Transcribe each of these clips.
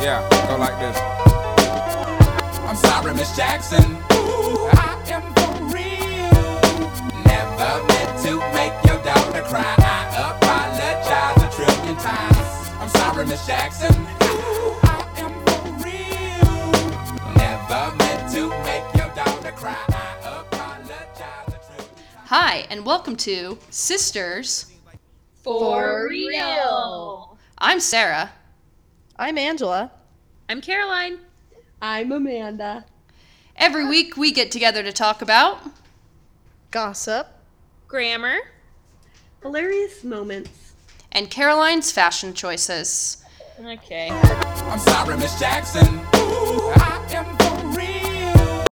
Yeah, go like this. I'm sorry, Miss Jackson. Ooh, I am for real. Never meant to make your daughter cry. I apologize a trillion times. I'm sorry, Miss Jackson. Ooh, I am for real. Never meant to make your daughter cry. I apologize a trillion times. Hi, and welcome to Sisters. For real. I'm Sarah, I'm Angela. I'm Caroline. I'm Amanda. Every week we get together to talk about. Gossip. Grammar. Hilarious moments. And Caroline's fashion choices. Okay. I'm sorry, Miss Jackson. Ooh, I am for real.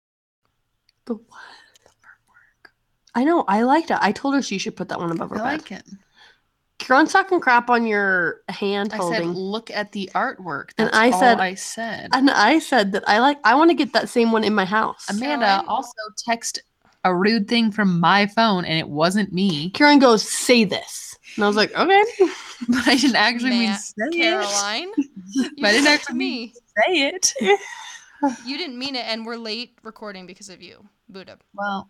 The what? The artwork. I know. I liked it. I told her she should put that one above her bed. it. Karen's talking crap on your hand holding. look at the artwork. And That's I all said- I said. and I said that I like. I want to get that same one in my house. Amanda also text a rude thing from my phone and it wasn't me. Karen goes, "Say this," and I was like, "Okay." But I didn't actually mean Ma- say it. Caroline, you But it did it to actually- me. Say it. You didn't mean it, and we're late recording because of you, Buddha. Well,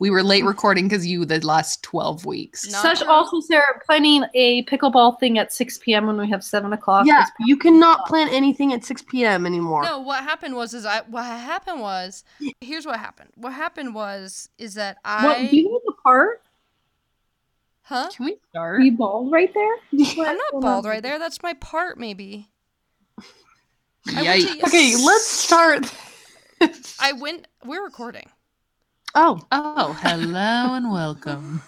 we were late recording because you the last 12 weeks. Not Such true. also, Sarah, planning a pickleball thing at 6 p.m. when we have 7 o'clock. yeah, is- you cannot plan anything at 6 p.m. anymore. No, what happened was is I what happened was here's what happened. What happened was is that I What, do you know the part? huh? Can we start? Are you bald right there? I'm not bald right there. That's my part maybe. I went Yikes. to- Okay, let's start. I went we're recording. Oh, Oh, hello and welcome.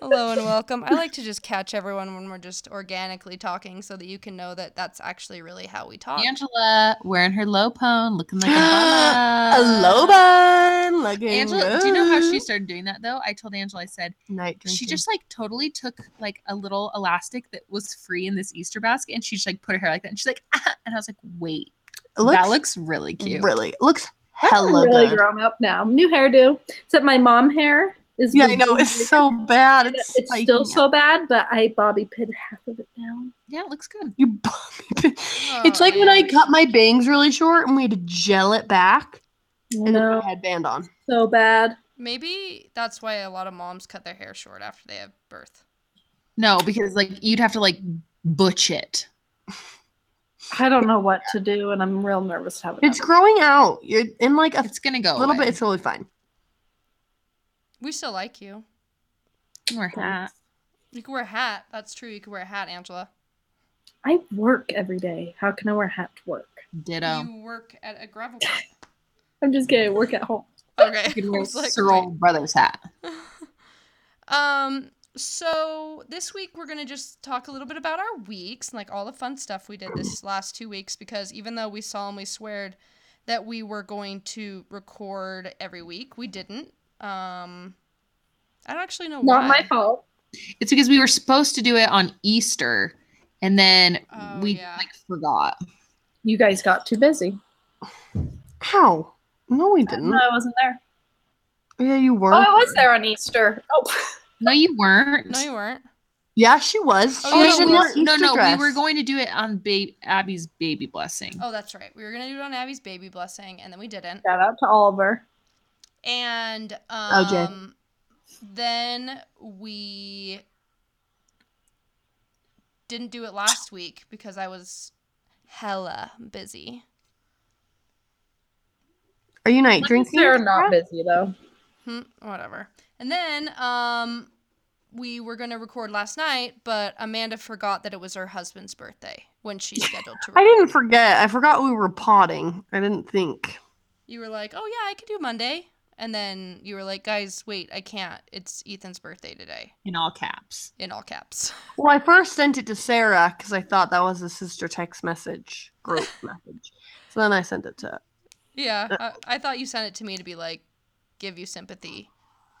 Hello and welcome. I like to just catch everyone when we're just organically talking so that you can know that that's actually really how we talk. Angela wearing her low pone, looking like a bala. a low bun. Looking Uh, Angela, do you know how she good. started doing that though? I told Angela, I said, Night drinking. she just like totally took like a little elastic that was free in this Easter basket and she just like put her hair like that. And she's like, ah, and I was like, wait, It looks that looks really cute. really looks I'm hella really good. grown up now. New hairdo. Except my mom hair is. Yeah, I know it's so bad. It's, It's still spiking so bad, but I bobby pin half of it down. Yeah, it looks good. You bum- it's Oh, like when I man. cut my bangs really short and we had to gel it back and then No, put a headband on. so bad. Maybe that's why a lot of moms cut their hair short after they have birth. No, because like you'd have to like butch it. I don't know what to do, and I'm real nervous to have it. It's growing out. You're in like a It's gonna go little bit. away. It's totally fine. We still like you. Wear hat. You can wear a hat. That's true. You can wear a hat, Angela. I work every day. How can I wear a hat to work? Ditto. You work at a gravel pit. I'm just kidding. Work at home. Okay. You could I wear was like, Searle Brothers hat. wait. um so this week we're going to just talk a little bit about our weeks and like all the fun stuff we did this last 2 weeks because even though we solemnly sweared that we were going to record every week, we didn't. Um I don't actually know Not why. my fault. It's because we were supposed to do it on Easter and then Oh, we yeah. like forgot. You guys got too busy. How? No, we didn't. No, I wasn't there. Yeah, you were. Oh, I was there on Easter. Oh. No, you weren't. No, you weren't. Yeah, she was. Oh, She Oh, yeah, was no, in we the were, no, Easter no, dress. we were going to do it on ba- Abby's baby blessing. Oh, that's right. We were going to do it on Abby's baby blessing and then we didn't. Shout out to Oliver. And um OJ. then we didn't do it last week because I was hella busy. Are you night drinking? They're not busy though. Hmm, whatever. And then um we were going to record last night, but Amanda forgot that it was her husband's birthday when she scheduled to I record. didn't forget. I forgot we were potting. I didn't think. You were like, "Oh yeah, I could do Monday." And then you were like, "Guys, wait, I can't. It's Ethan's birthday today." In all caps. In all caps. Well, I first sent it to Sarah because I thought that was a sister text message group message. So then I sent it to. Yeah, Uh, I, I thought you sent it to me to be like, give you sympathy,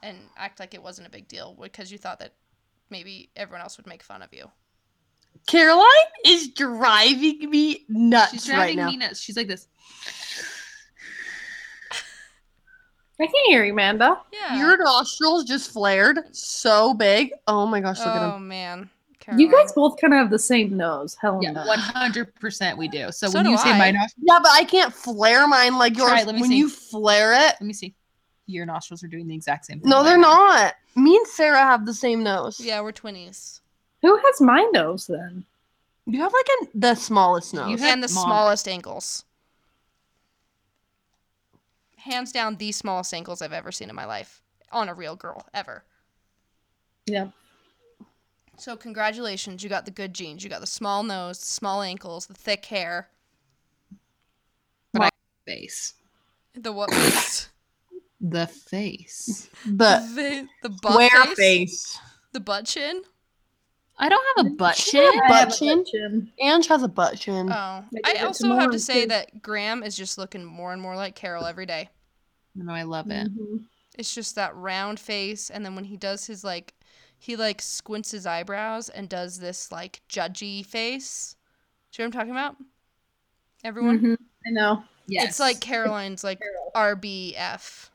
and act like it wasn't a big deal because you thought that maybe everyone else would make fun of you. Caroline is driving me nuts She's right driving now. me nuts. She's like this. I can hear you, Amanda. Yeah. Your nostrils just flared so big. Oh my gosh, look at oh him. man, Caroline. You guys both kind of have the same nose. Hell Yeah, no. one hundred percent we do. So, So when do you say I. my nostrils, Yeah, but I can't flare mine like yours. Try it, let me when see. you flare it, let me see. Your nostrils are doing the exact same thing. no, they're mine are. not. Me and Sarah have the same nose. Yeah, we're twinnies. Who has my nose then? you have like an, the smallest You nose. have- And the Mom. smallest ankles. Hands down, the smallest ankles I've ever seen in my life on a real girl ever. Yeah. So congratulations, you got the good genes. You got the small nose, the small ankles, the thick hair. face. The what? The face. the the the butt square face, face. The butt chin. I don't have a butt She had chin. a I have butt a chin. butt chin. Ange has a butt chin. Oh, did I it also have tomorrow, to say too. that Graham is just looking more and more like Carol every day. No, I love it. Mhm. It's just that round face, and then when he does his like, he like squints his eyebrows and does this like judgy face. Do you know what I'm talking about? Everyone, Mhm. I know. Yes. it's like Caroline's like RBF.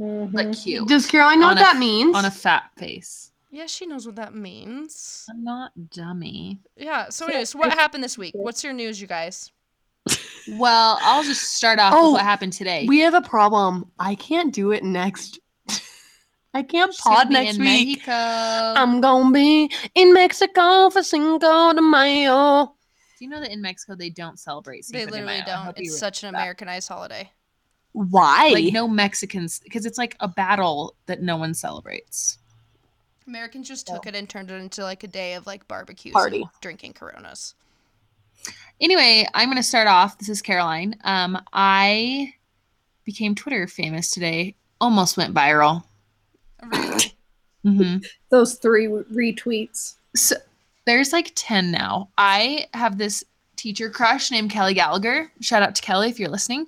Mhm. but cute Does Caroline know Oh, On what a- that means? on a fat face. Yeah, she knows what that means. I'm not dummy. Yeah. So, anyways, what happened this week? What's your news, you guys? Well, I'll just start off Oh, with what happened today. we have a problem. I can't do it next. I can't She's gonna pod be next in week. Um, Mexico. I'm gonna be in Mexico for Cinco de Mayo. Do you know that in Mexico they don't celebrate? Cinco They de literally Mayo? I don't. hope you It's re- such an that. Americanized holiday. Why? like no Mexicans because it's like a battle that no one celebrates. Americans just took it and turned it into like a day of like barbecues, Party. and drinking Coronas. Anyway, I'm going to start off. This is Caroline. Um, I became Twitter famous today. Almost went viral. Really? hmm Those three retweets. There's like 10 now. I have this teacher crush named Kelly Gallagher. Shout out to Kelly if you're listening.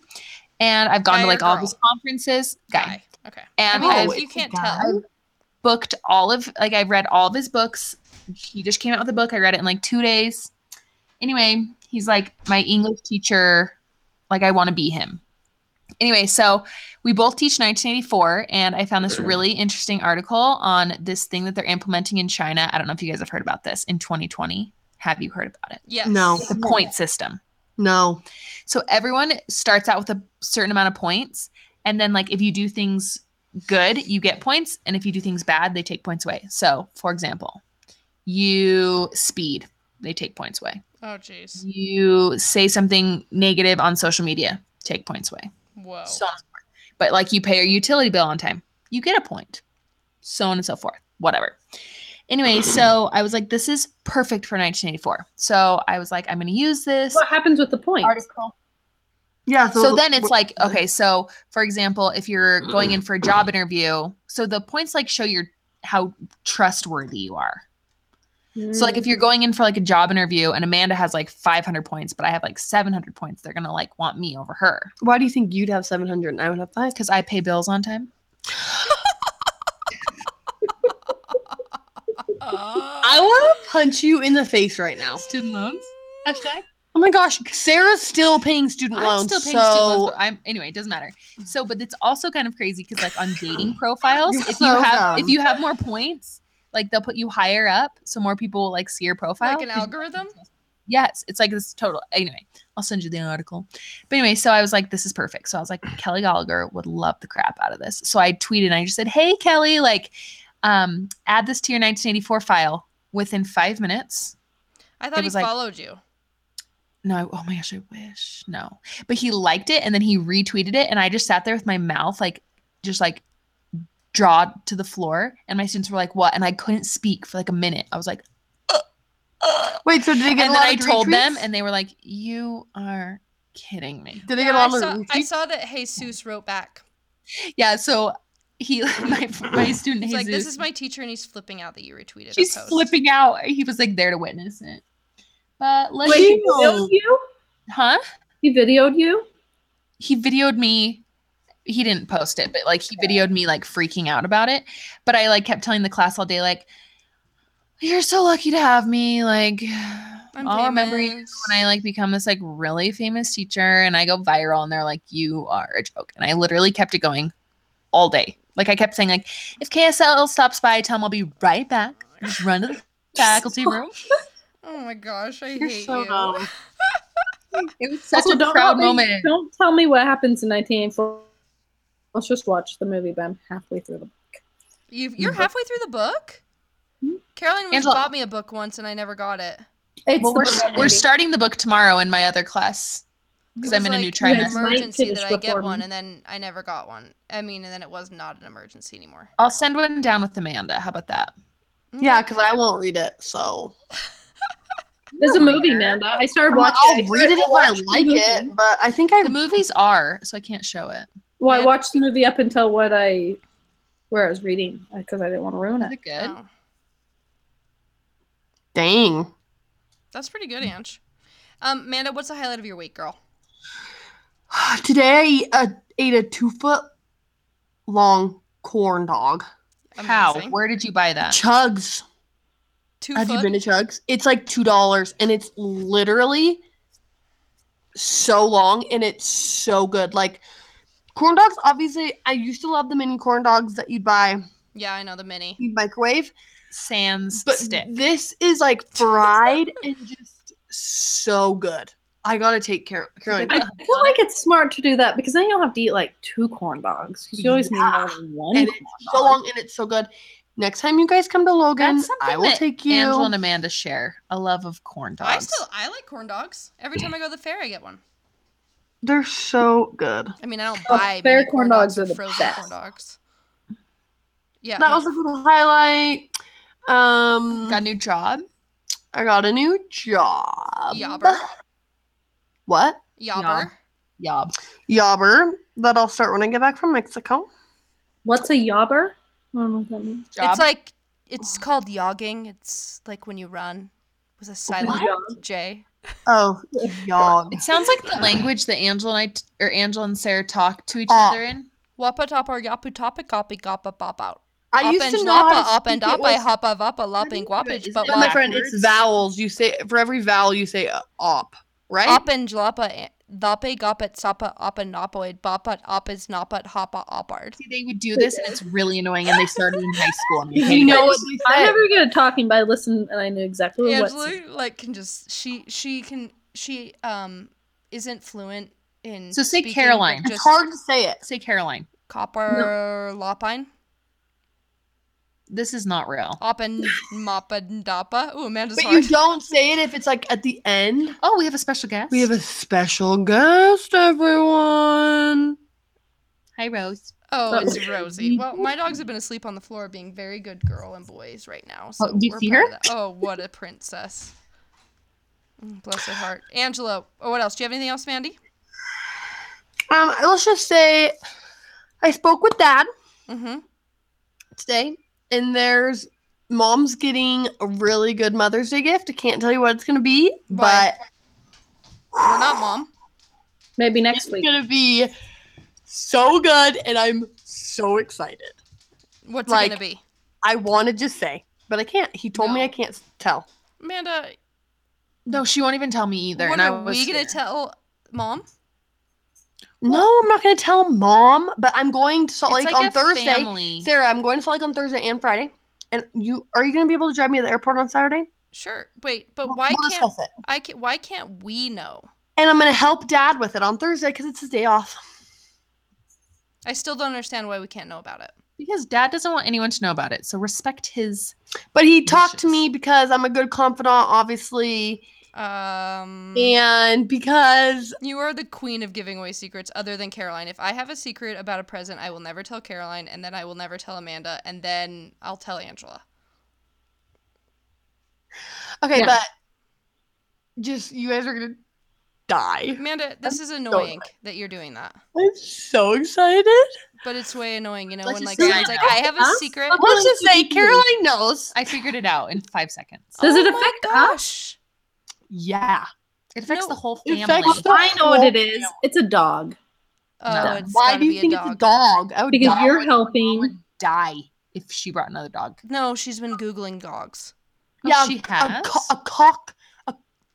And I've gone Guy to or like all of girl? his conferences. Guy. Guy. Okay. I And mean, I've if you it's a can't guy. tell. booked all of like I've read all of his books. He just came out with a book. I read it in like two days. Anyway, he's like my English teacher. Like I want to be him. Anyway, so we both teach 1984, and I found this really interesting article on this thing that they're implementing in China. I don't know if you guys have heard about this in 2020. Have you heard about it? Yes. No. The point system. No. So everyone starts out with a certain amount of points. And then, like, if you do things good, you get points. And if you do things bad, they take points away. So, for example, you speed, they take points away. Oh, jeez. You say something negative on social media, take points away. Whoa. So on and so forth. But, like, you pay your utility bill on time, you get a point. So on and so forth, whatever. Anyway, so I was like, this is perfect for 1984. So I was like, I'm going to use this What happens with the point? article Yeah. so then it's like okay so for example if you're going in for a job interview so the points like show your how trustworthy you are so like if you're going in for like a job interview and amanda has like 500 points but i have like 700 points they're gonna like want me over her why do you think you'd have 700 and I would have five? because i pay bills on time Oh. I want to punch you in the face right now. student loans hashtag Oh my gosh, Sarah's still paying student i'm loans. still paying so student loans but i'm anyway it doesn't matter so but it's also kind of crazy because like on dating profiles You're if you so have if dumb. you have more points like they'll put you higher up so more people will like see your profile like an 'cause you- algorithm? Yes, it's like this total. Anyway, I'll send you the article. But anyway, so I was like, this is perfect. So I was like, Kelly Gallagher would love the crap out of this. So I tweeted and I just said, hey, Kelly, like, um, add this to your 1984 file within five minutes. I thought he was like- followed you. No, I, oh my gosh, I wish. No. But he liked it and then he retweeted it. And I just sat there with my mouth, like, just like drawn to the floor. And my students were like, what? And I couldn't speak for like a minute. I was like, Wait, so did they get and a then lot I of told them retweets? and they were like, you are kidding me. Did they Yeah, get a I, lot saw, of I retweets? saw that Jesus wrote back. Yeah, so he my my student He's Jesus, like, this is my teacher, and he's flipping out that you retweeted she's a post. flipping out. He was like there to witness it. But let's Mm. Wait, he videoed you? huh? He videoed you? He videoed me. He didn't post it, but like he videoed me like freaking out about it. But I like kept telling the class all day like you're so lucky to have me. Like I'm I'll remember you famous. when I like become this like really famous teacher and I go viral and they're like, you are a joke. And I literally kept it going all day. Like I kept saying like, if KSL stops by, tell them I'll be right back. Just run to the faculty room. Oh my gosh, I You're hate so you. dumb. It was such Also, a don't proud help me- moment. Don't tell me what happens in 1984. Let's just watch the movie, but I'm halfway through the you you're halfway through the book? Caroline once Angela- bought me a book once and I never got it. It's Well, the we're, book s- we're movie. starting the book tomorrow in my other class because It I'm was in a new like an yeah, trimester. might emergency finish that I get before one me. and then I never got one. I mean, and then it was not an emergency anymore. Mm, I'll send one down with Amanda. How about that? Yeah, because I won't read it. So There's a movie, Amanda. I started watching. I'll I read it if I watched the like movie. it, but I think I The movies are, so I can't show it. Well, I Yeah. watched the movie up until what I, where I was reading, because I didn't want to ruin Is it. it good? Oh, dang. that's pretty good, Ange. Um, Amanda, what's the highlight of your week, girl? Today I eat a, ate a two foot long corn dog. How? Oh, Amazing. Where did you buy that? Chugs. Two Have foot? you been to Chugs? It's like two dollars, and it's literally so long, and it's so good. Like corn dogs, obviously, I used to love the mini corn dogs that you'd buy yeah, I know the mini. you microwave, Sans but stick. this is like fried and just so good. I gotta take care, Caroline. I feel like it's smart to do that because then you'll have to eat like two corn dogs because you always need more than one. and corn it's so long, and it's so good. Next time you guys come to Logan, That's something I will that take you. Angela and Amanda share a love of corn dogs. I still I like corn dogs. Every time I go to the fair, I get one. They're so good. I mean, I don't Oh, buy fair mini corn corn dogs, dogs are or the frozen corn best. dogs. Yeah, That was a little highlight. Um, got a new job. I got a new job. Yobber. What? Yobber. Yob. Yobber. That I'll start when I get back from Mexico. What's a yobber? I don't know what that means. Job. It's like it's called yogging. It's like when you run with a silent J. Oh, yob. it sounds like the language that Angela and I t- or Angela and Sarah talk to each Ah. other in. Wapa top or yapu topic copy goppa bop out. I up used and to know how to up speak and it up I with- hoppa voppa do you lopping do it? guapage Is but it No, my what friend, it's backwards? vowels. You say for every vowel you say uh, op, right? up and jalapa doppe gopit soppa up and nopoid bopat op is nopat hoppa opard. See, they would do this, and it's really annoying. And they started in high school. And we You hated know it. what they I'm said. never good at talking, but I listened and I knew exactly what. Angela like can just she she can she um isn't fluent in So say speaking, but Caroline. It's just hard to say it. Say Caroline, copper lopine this is not real. op and moppa and doppa. Ooh, Amanda's But hard. you don't say it if it's like at the end. Oh, we have a special guest. We have a special guest, everyone. Um, hi Rose. Oh, But it's we- Rosie. Well, my dogs have been asleep on the floor, being very good girl and boys right now. So Oh, do you we're see proud her? of that. Oh, what a princess! Mm, Bless her heart, Angela. Oh, what else? Do you have anything else, Mandy? Um, let's just say I spoke with dad Mm-hmm. today, and there's mom's getting a really good Mother's Day gift. I can't tell you what it's gonna be, Why? but We're not mom. Maybe next It's week. gonna be so good, and I'm so excited. What's it Like- gonna be, I want to just say, but I can't. He told me No. I can't s- tell. Amanda? No, she won't even tell me either. what and I are was we gonna scared. tell mom? No, I'm not gonna tell mom. But I'm going to Salt It's Lake on a Thursday. family. Sarah, I'm going to Salt Lake on Thursday and Friday. And you are you gonna be able to drive me to the airport on Saturday? Sure. Wait, but We'll- why we'll can't discuss it. I? Can, why can't we know? And I'm gonna help Dad with it on Thursday because it's his day off. I still don't understand why we can't know about it. because Dad doesn't want anyone to know about it. So respect his. But he talked to Wishes. me because I'm a good confidant, obviously, Um. Mm-hmm. and because You are the queen of giving away secrets other than Caroline. If I have a secret about a present, I will never tell Caroline, and then I will never tell Amanda, and then I'll tell Angela. okay, Yeah. but just you guys are gonna die. Amanda, this is annoying that you're doing that. I'm so excited. But it's way annoying, you know, Let's when like just say someone's I like, know. I have a Us? secret. Us? Let's just say Caroline knows. I figured it out in five seconds. Does Oh it my affect us? Gosh. Yeah. It affects No, the whole it family. affects the I know what whole it is. It's a dog Oh, No. it's Why gotta do be you think a dog. it's a dog? I would because die. you're helping. die if she brought another dog. No, she's been Googling dogs. Oh, Yeah, she a, has. co- a cock, a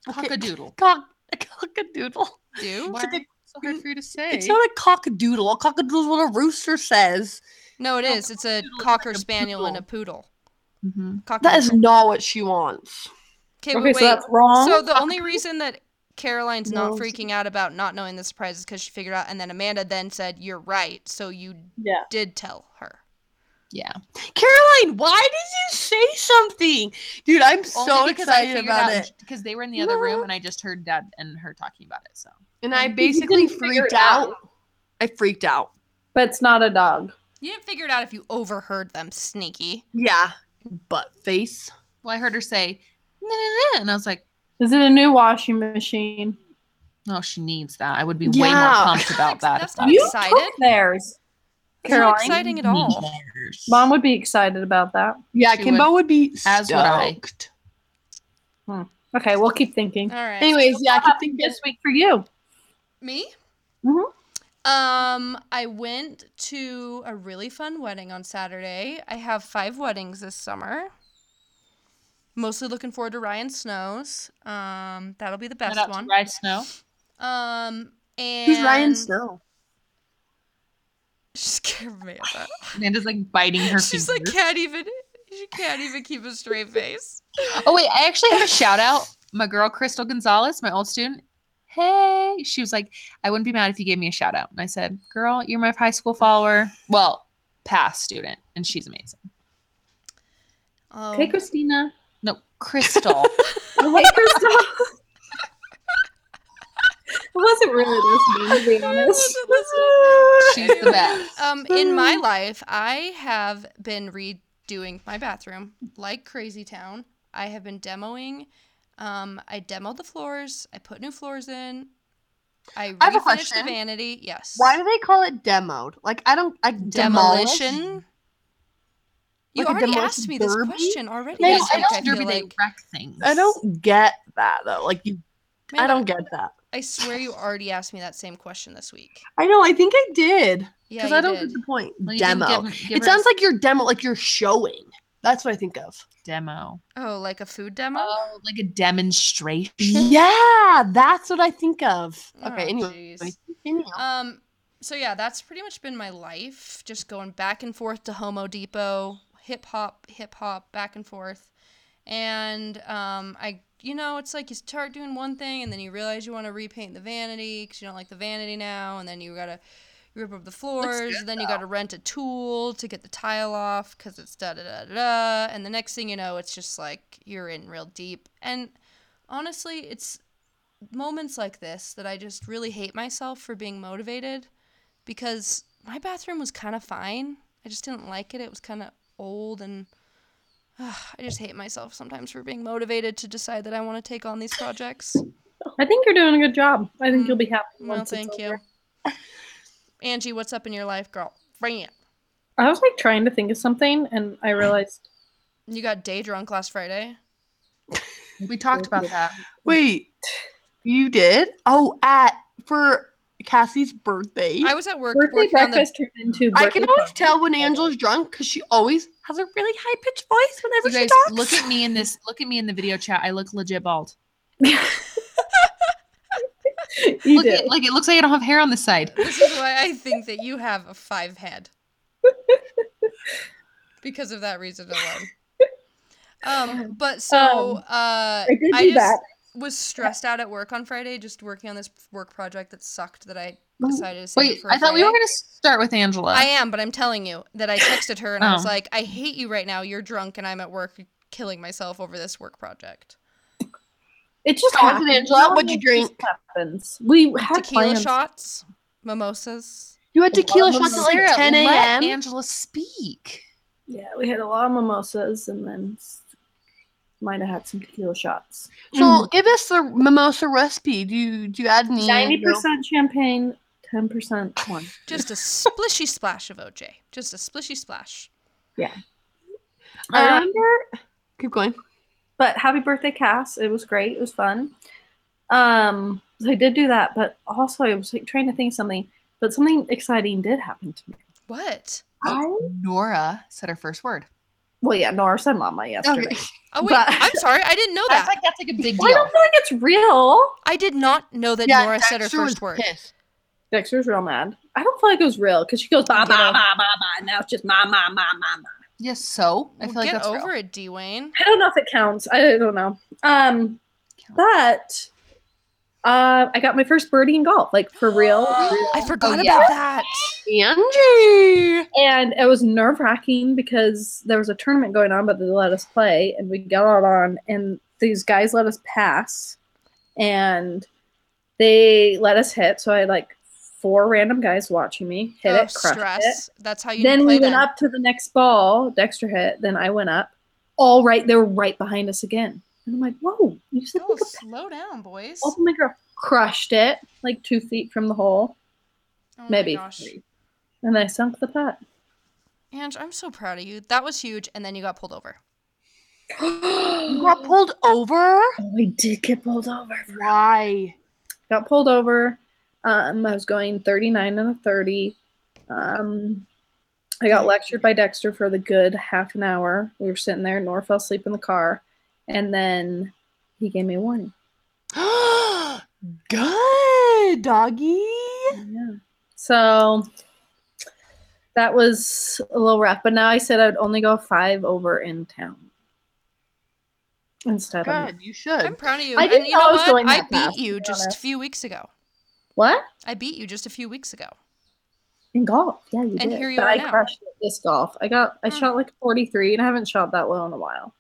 Cock a doodle. cock, a cockadoodle. Do? It's, like a- So hard for you to say. it's not a cockadoodle. A cockadoodle is what a rooster says. No, it No, is. It's a doodle is cocker like a spaniel and a poodle. hmm Cock That is not what she wants. Okay, Okay, wait. so that's wrong. So the only reason that Caroline's not Oh, No. freaking out about not knowing the surprise is because she figured out, and then Amanda then said, "You're right." So you yeah. did tell her. Yeah. Caroline, why did you say something? Dude, I'm so excited about it. because they were in the other room and I just heard Dad and her talking about it. So And I You basically didn't figure freaked it out. out. I freaked out. But it's not a dog. You didn't figure it out if you overheard them, sneaky. Yeah. Butt face. well, I heard her say, "Nah, nah, nah," and I was like, Is it a new washing machine? oh, she needs that. I would be way Yeah. more pumped about that. That's if not that you excited? took theirs. It's not Caroline, exciting at all. matters. Mom would be excited about that. Yeah, She Kimbo would be As would I. stoked. Okay, we'll keep thinking. All right. Anyways, yeah, I What keep happened thinking. this week for you? Me? Mhm. Mm-hmm. Um, I went to a really fun wedding on Saturday. I have five weddings this summer. Mostly looking forward to Ryan Snow's. Um, that'll be the Shout best out to one. Ryan Snow. Um, and Who's Ryan Snow? She's scared me of that. Amanda's like biting her. She's like fingers. can't even. She can't even keep a straight face. Oh wait, I actually have a shout out. My girl Crystal Gonzalez, my old student. Hey, she was like, I wouldn't be mad if you gave me a shout out. And I said, Girl, you're my high school follower. Well, past student, and she's amazing. Oh, Okay, Christina. No, Crystal. Hey, Christina. I wasn't really listening, to be honest. she's the best. Um, in my life, I have been redoing my bathroom like crazy town. I have been demoing. Um, I demoed the floors. I put new floors in. I, I have a refinished the question. vanity. Yes. Why do they call it demoed? Like I don't like demolish? demolition? You Like a already demolition asked me this derby? question already. No, They this I week, don't I feel derby, they like. wreck things. I don't get that though. Like you I Man, don't get that. I swear you already asked me that same question this week. I know, I think I did. Yeah, Because you I don't did. get the point. Well, you can demo. give 'em- it give her a sounds like you're demo like you're showing. That's what I think of. demo. Oh, like a food demo? Oh, like a demonstration. Yeah, that's what I think of. Oh, Okay, anyway. jeez. Anyhow. Um, so yeah, that's pretty much been my life. Just going back and forth to Homo Depot, hip hop, hip hop, back and forth. And um, I, you know, it's like you start doing one thing and then you realize you want to repaint the vanity because you don't like the vanity now, and then you gotta rip up the floors, then you gotta rent a tool to get the tile off because it's da da da da da. And the next thing you know, it's just like you're in real deep. And honestly, it's moments like this that I just really hate myself for being motivated because my bathroom was kind of fine. I just didn't like it. It was kind of old and I just hate myself sometimes for being motivated to decide that I want to take on these projects. I think you're doing a good job. I think Mm. you'll be happy. Well, once it's thank you. over. Angie, what's up in your life, girl? Rant. I was like trying to think of something, and Mm. I realized You got day drunk last Friday. We talked about that. Wait, you did? Oh, at for Cassie's birthday. I was at work birthday working on the breakfast turned into. I birthday can always party. tell when Angela's drunk because she always has a really high pitched voice whenever You she guys talks. look at me in this look at me in the video chat. I look legit bald. You look did. at, like it looks like I don't have hair on the side. This is why I think that you have a five head. Because of that reason alone. Um, but so Um, uh, I I did do just that. was stressed out at work on Friday, just working on this work project that sucked. That I decided to save Wait, for I thought we Friday. were gonna start with Angela. I am, but I'm telling you that I texted her and I was Oh. like, "I hate you right now. You're drunk, and I'm at work, killing myself over this work project." It just Go on, happens. Angela, You know, what'd you it just drink? Happens. We had Tequila plans. shots, mimosas. you had tequila Well, shots at like Sarah, 10 let a.m. Angela speak. Yeah, we had a lot of mimosas, and then s- might have had some tequila shots. So give us the mimosa recipe. Do you do you add any? Ninety percent champagne, ten percent wine. Just a splishy splash of OJ. Just a splishy splash. I remember. Keep going. Um, But happy birthday, Cass! It was great. It was fun. Um, so I did do that, but also I was like trying to think of something. But something exciting did happen to me. What? I Nora said her first word. well, yeah, Nora said mama yesterday. Okay. Oh wait, But- I'm sorry. I didn't know That's that. like that's like a big I deal. don't feel like it's real. I did not know that Nora said her Dexter was first word. pissed. Dexter's real mad. I don't feel like it was real because she goes bah bah bah bah bah. Now it's just ma ma ma ma ma. Yes, so I feel Well, like get that's over real. it, Dwayne. I don't know if it counts. I don't know. Um, but uh, I got my first birdie in golf, like for real. I forgot Oh, yeah. about that. Angie. And it was nerve wracking because there was a tournament going on, but they let us play, and we got out on, and these guys let us pass, and they let us hit. So I had like four random guys watching me hit Oh, it, crush stress. That's how it. you Then play we then. went up to the next ball. Dexter hit. Then I went up. All right, they were right behind us again, and I'm like, "Whoa, you said Oh, we could slow down, boys. Oh Open my girl crushed it like two feet from the hole, Oh my maybe gosh. three, and I sunk the putt. Ange, I'm so proud of you. That was huge, and then you got pulled over. You got pulled over? Oh, I did get pulled over. Why? Got pulled over. Um, I was going 39 and a 30. Um, I got lectured by Dexter for the good half an hour. We were sitting there. Nor fell asleep in the car, and then he gave me a warning. Good, doggy. Yeah. So that was a little rough. But now I said I would only go five over in town instead of Good, you should. I'm proud of you. I didn't and you know know I was what? going I that beat fast, you to be just a honest. few weeks ago. what I beat you just a few weeks ago. in golf. Yeah, you And did. here you but are I now. crushed it this golf. I got I Mm. shot like 43, and I haven't shot that low in a while.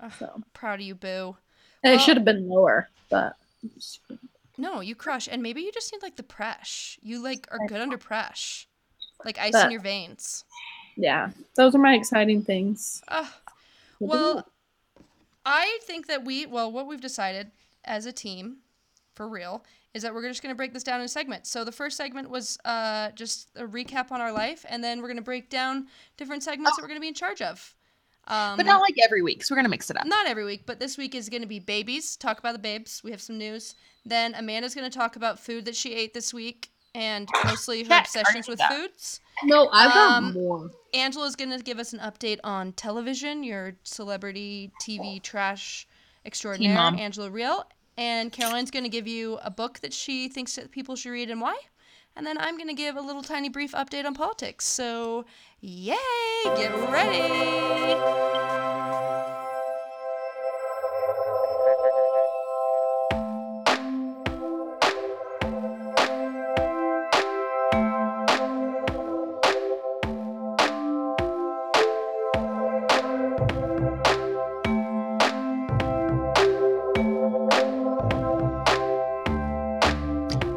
Ugh, So. Proud of you, boo. And it Well- should have been lower, but No, you crush, and maybe you just need like the press. You like are good under press, like ice in But- your veins. yeah, those are my exciting things. Ugh. Well, I think that we, well, what we've decided as a team, for real, is that we're just going to break this down in segments. So the first segment was uh, just a recap on our life, and then we're going to break down different segments that we're going to be in charge of. Um, But not like every week, so we're gonna mix it up. not every week, but this week is going to be babies. Talk about the babes. We have some news. Then Amanda's going to talk about food that she ate this week and mostly her Check. obsessions Already with done. foods. No, I've got Um, more. Angela's going to give us an update on television, your celebrity TV trash extraordinaire, Mom. Angela Real. And Caroline's going to give you a book that she thinks that people should read and why. And then I'm going to give a little tiny brief update on politics. So, yay! Get ready!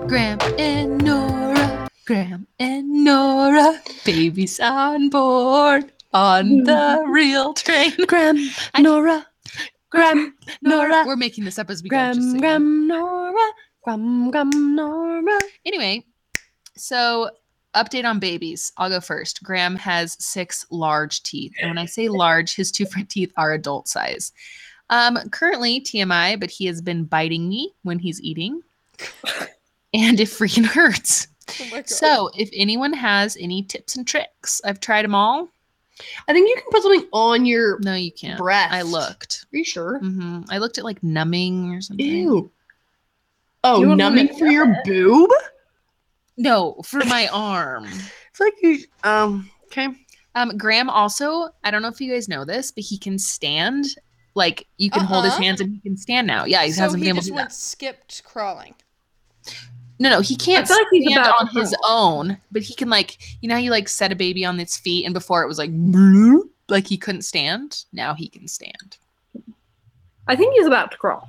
Graham and Nora, Graham and Nora, babies on board Hmm. on the real train. Graham, I- Nora, Graham, Nora, We're making this up as we go. just so Graham, Graham, you know. Nora, Graham, Graham, Nora. Anyway, so update on babies. I'll go first. Graham has six large teeth. And when I say large, his two front teeth are adult size. Um, currently TMI, but he has been biting me when he's eating. and it freaking hurts. So if anyone has any tips and tricks, I've tried them all. I think you can put something on your. No, you can't. Breast. I looked. Are you sure? hmm I looked at like numbing or something. Ew. Oh, You wouldn't wanna numbing for do your it. boob? No, for my arm. It's like you. Um. Okay. Um, Graham also, I don't know if you guys know this, but he can stand. Like you can hold his Uh-huh. hands and he can stand now. Yeah, he so hasn't he been able to just do went that. skipped crawling. No, no, he I can't feel stand like he's about on to his crawl. own, but he can like you know how you like set a baby on its feet and before it was like bloop, like he couldn't stand. Now he can stand. I think he's about to crawl.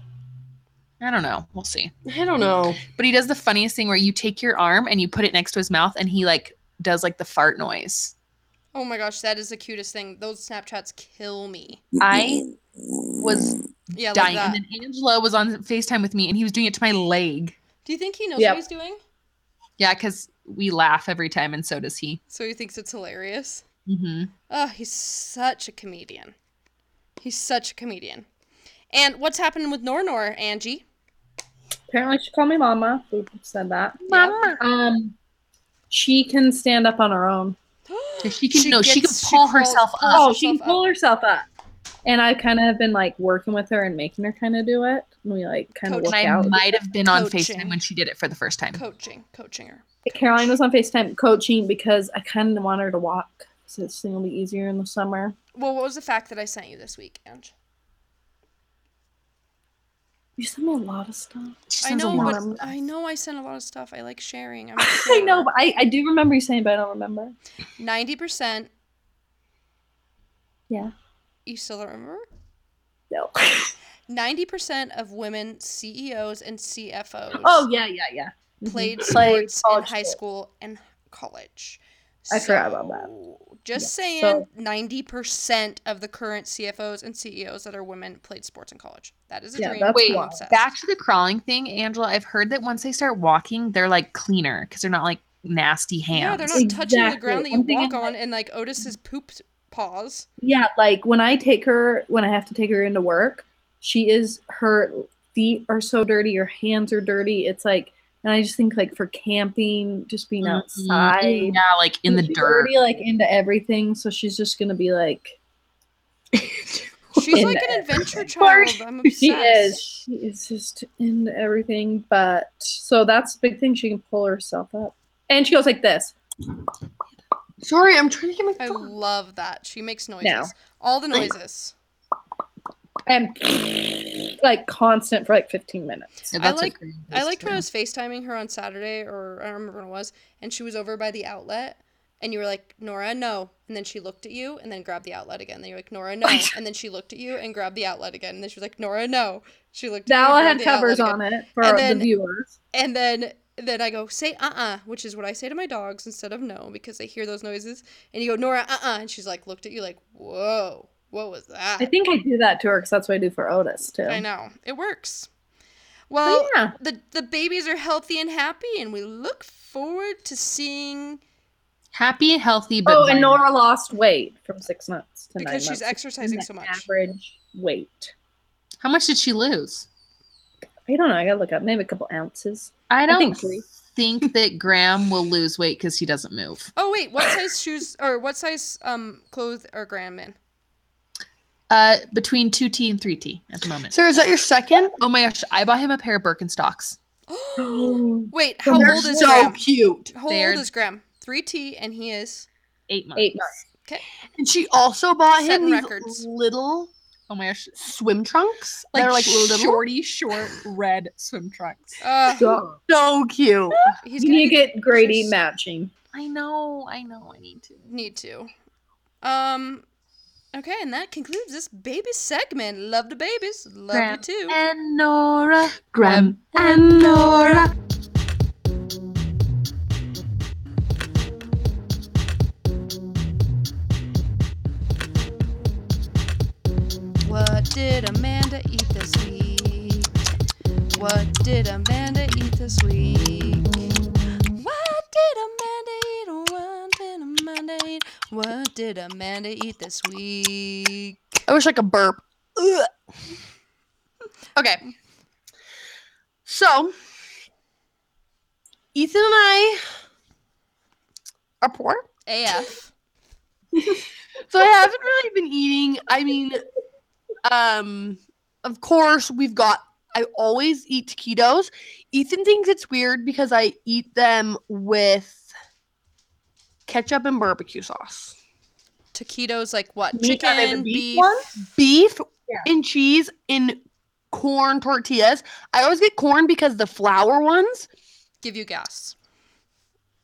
I don't know. We'll see. I don't know. But he does the funniest thing where you take your arm and you put it next to his mouth and he like does like the fart noise. Oh my gosh, that is the cutest thing. Those Snapchats kill me. I was Yeah, dying. like and that. then Angela was on FaceTime with me and he was doing it to my leg. Do you think he knows Yep. what he's doing? Yeah, because we laugh every time and so does he. So he thinks it's hilarious. Mm-hmm. Oh, he's such a comedian. He's such a comedian. And what's happening with Nornor, Angie? Apparently, she called me mama. We said that. Mama. Um, she can stand up on her own. She can no, she can gets- pull crawls- herself pulls up. Oh, she can herself pull up. herself up. And I kind of have been like working with her and making her kind of do it. And we like kind of Coach, work And I out. might have been on Coaching. FaceTime when she did it for the first time. Coaching, coaching her. Caroline was on FaceTime coaching because I kind of want her to walk So this thing will be easier in the summer. Well, what was the fact that I sent you this week, Ange? You sent me a lot of stuff. She I sends a know, lot. but lot. I know I sent a lot of stuff. I like sharing. I'm I know, but I, I do remember you saying, but I don't remember. ninety percent. Yeah. You still don't remember? No. Ninety percent of women CEOs and CFOs oh yeah, yeah, yeah. Mhm. played Played sports in college high sports. school and college. I forgot about that. So, Just Yeah, saying, ninety percent of the current CFOs and CEOs that are women played sports in college. That is a Yeah, dream. that's I'm Wait, wild. obsessed. back to the crawling thing, Angela. I've heard that once they start walking, they're like cleaner because they're not like nasty Yeah, hands. they're not touching the Exactly. ground that you I'm thinking walk on, and like Otis's pooped paws. Yeah, like when I take her, when I have to take her into work, she is her feet are so dirty, her hands are dirty. It's like, and I just think like for camping, just being Mhm. outside Yeah, like in the she's dirt. already, like into everything. So she's just gonna be like, She's In like the- an adventure child. course I'm obsessed. she is, she is just into everything. But so that's the big thing. She can pull herself up, and she goes like this. Sorry, I'm trying to get my I phone. love that. She makes noises. All the noises. and like constant for like 15 minutes. Yeah, I that's like- what green I is, liked when too. I was FaceTiming her on Saturday, or I don't remember when it was, and she was over by the outlet, and you were like, Nora, no. And then she looked at you and then grabbed the outlet again. Then you're like, Nora, no. And then she looked at you and grabbed the outlet again. And then she was like, Nora, no. She looked at you. Now I and had grabbed the outlet covers again. on it for And then- the viewers. And then then I go, say uh uh, which is what I say to my dogs instead of no, because they hear those noises. And you go, Nora, uh uh. And she's like, looked at you like, whoa, what was that? I think I do that to her because that's what I do for Otis too. I know. It works. But Well, yeah. the, the babies are healthy and happy, and we look forward to seeing Happy, healthy, but Oh, and violent. Nora lost weight from six months to nine because she's months. exercising An so much. Average weight. How much did she lose? I don't know. I gotta look up. Maybe a couple ounces. I don't think think, three. that Graham will lose weight because he doesn't move. Oh wait, what size shoes or what size um clothes are Graham in? Uh, between two T and three T at the moment. Sarah, is that your second? Oh my gosh, I bought him a pair of Birkenstocks. wait, how They're old is so Graham? cute. How They're- old is Graham? Three T, and he is. Eight months. Eight months. And she also bought Setting him these records. little Oh my gosh, swim trunks. like, They're like little. shorty, short red swim trunks. Uh, So So cute. he's you gonna need to get Grady just- matching. I know, I know, I need to. need to. Um, okay, and that concludes this baby segment. Love the babies, love Graham. you too. And Nora, Graham and Nora. What did Amanda eat this week? What did Amanda eat this week? What did Amanda eat? What did Amanda eat? What did Amanda eat this week? I wish I could burp. Ugh. Okay. So, Ethan and I are poor. AF. So I haven't really been eating. I mean, um, of course we've got. I always eat taquitos. Ethan thinks it's weird because I eat them with ketchup and barbecue sauce, Taquitos like what? Meat on Chicken, beef beef. one? beef Yeah. and cheese and corn tortillas. I always get corn because the flour ones. Give you gas.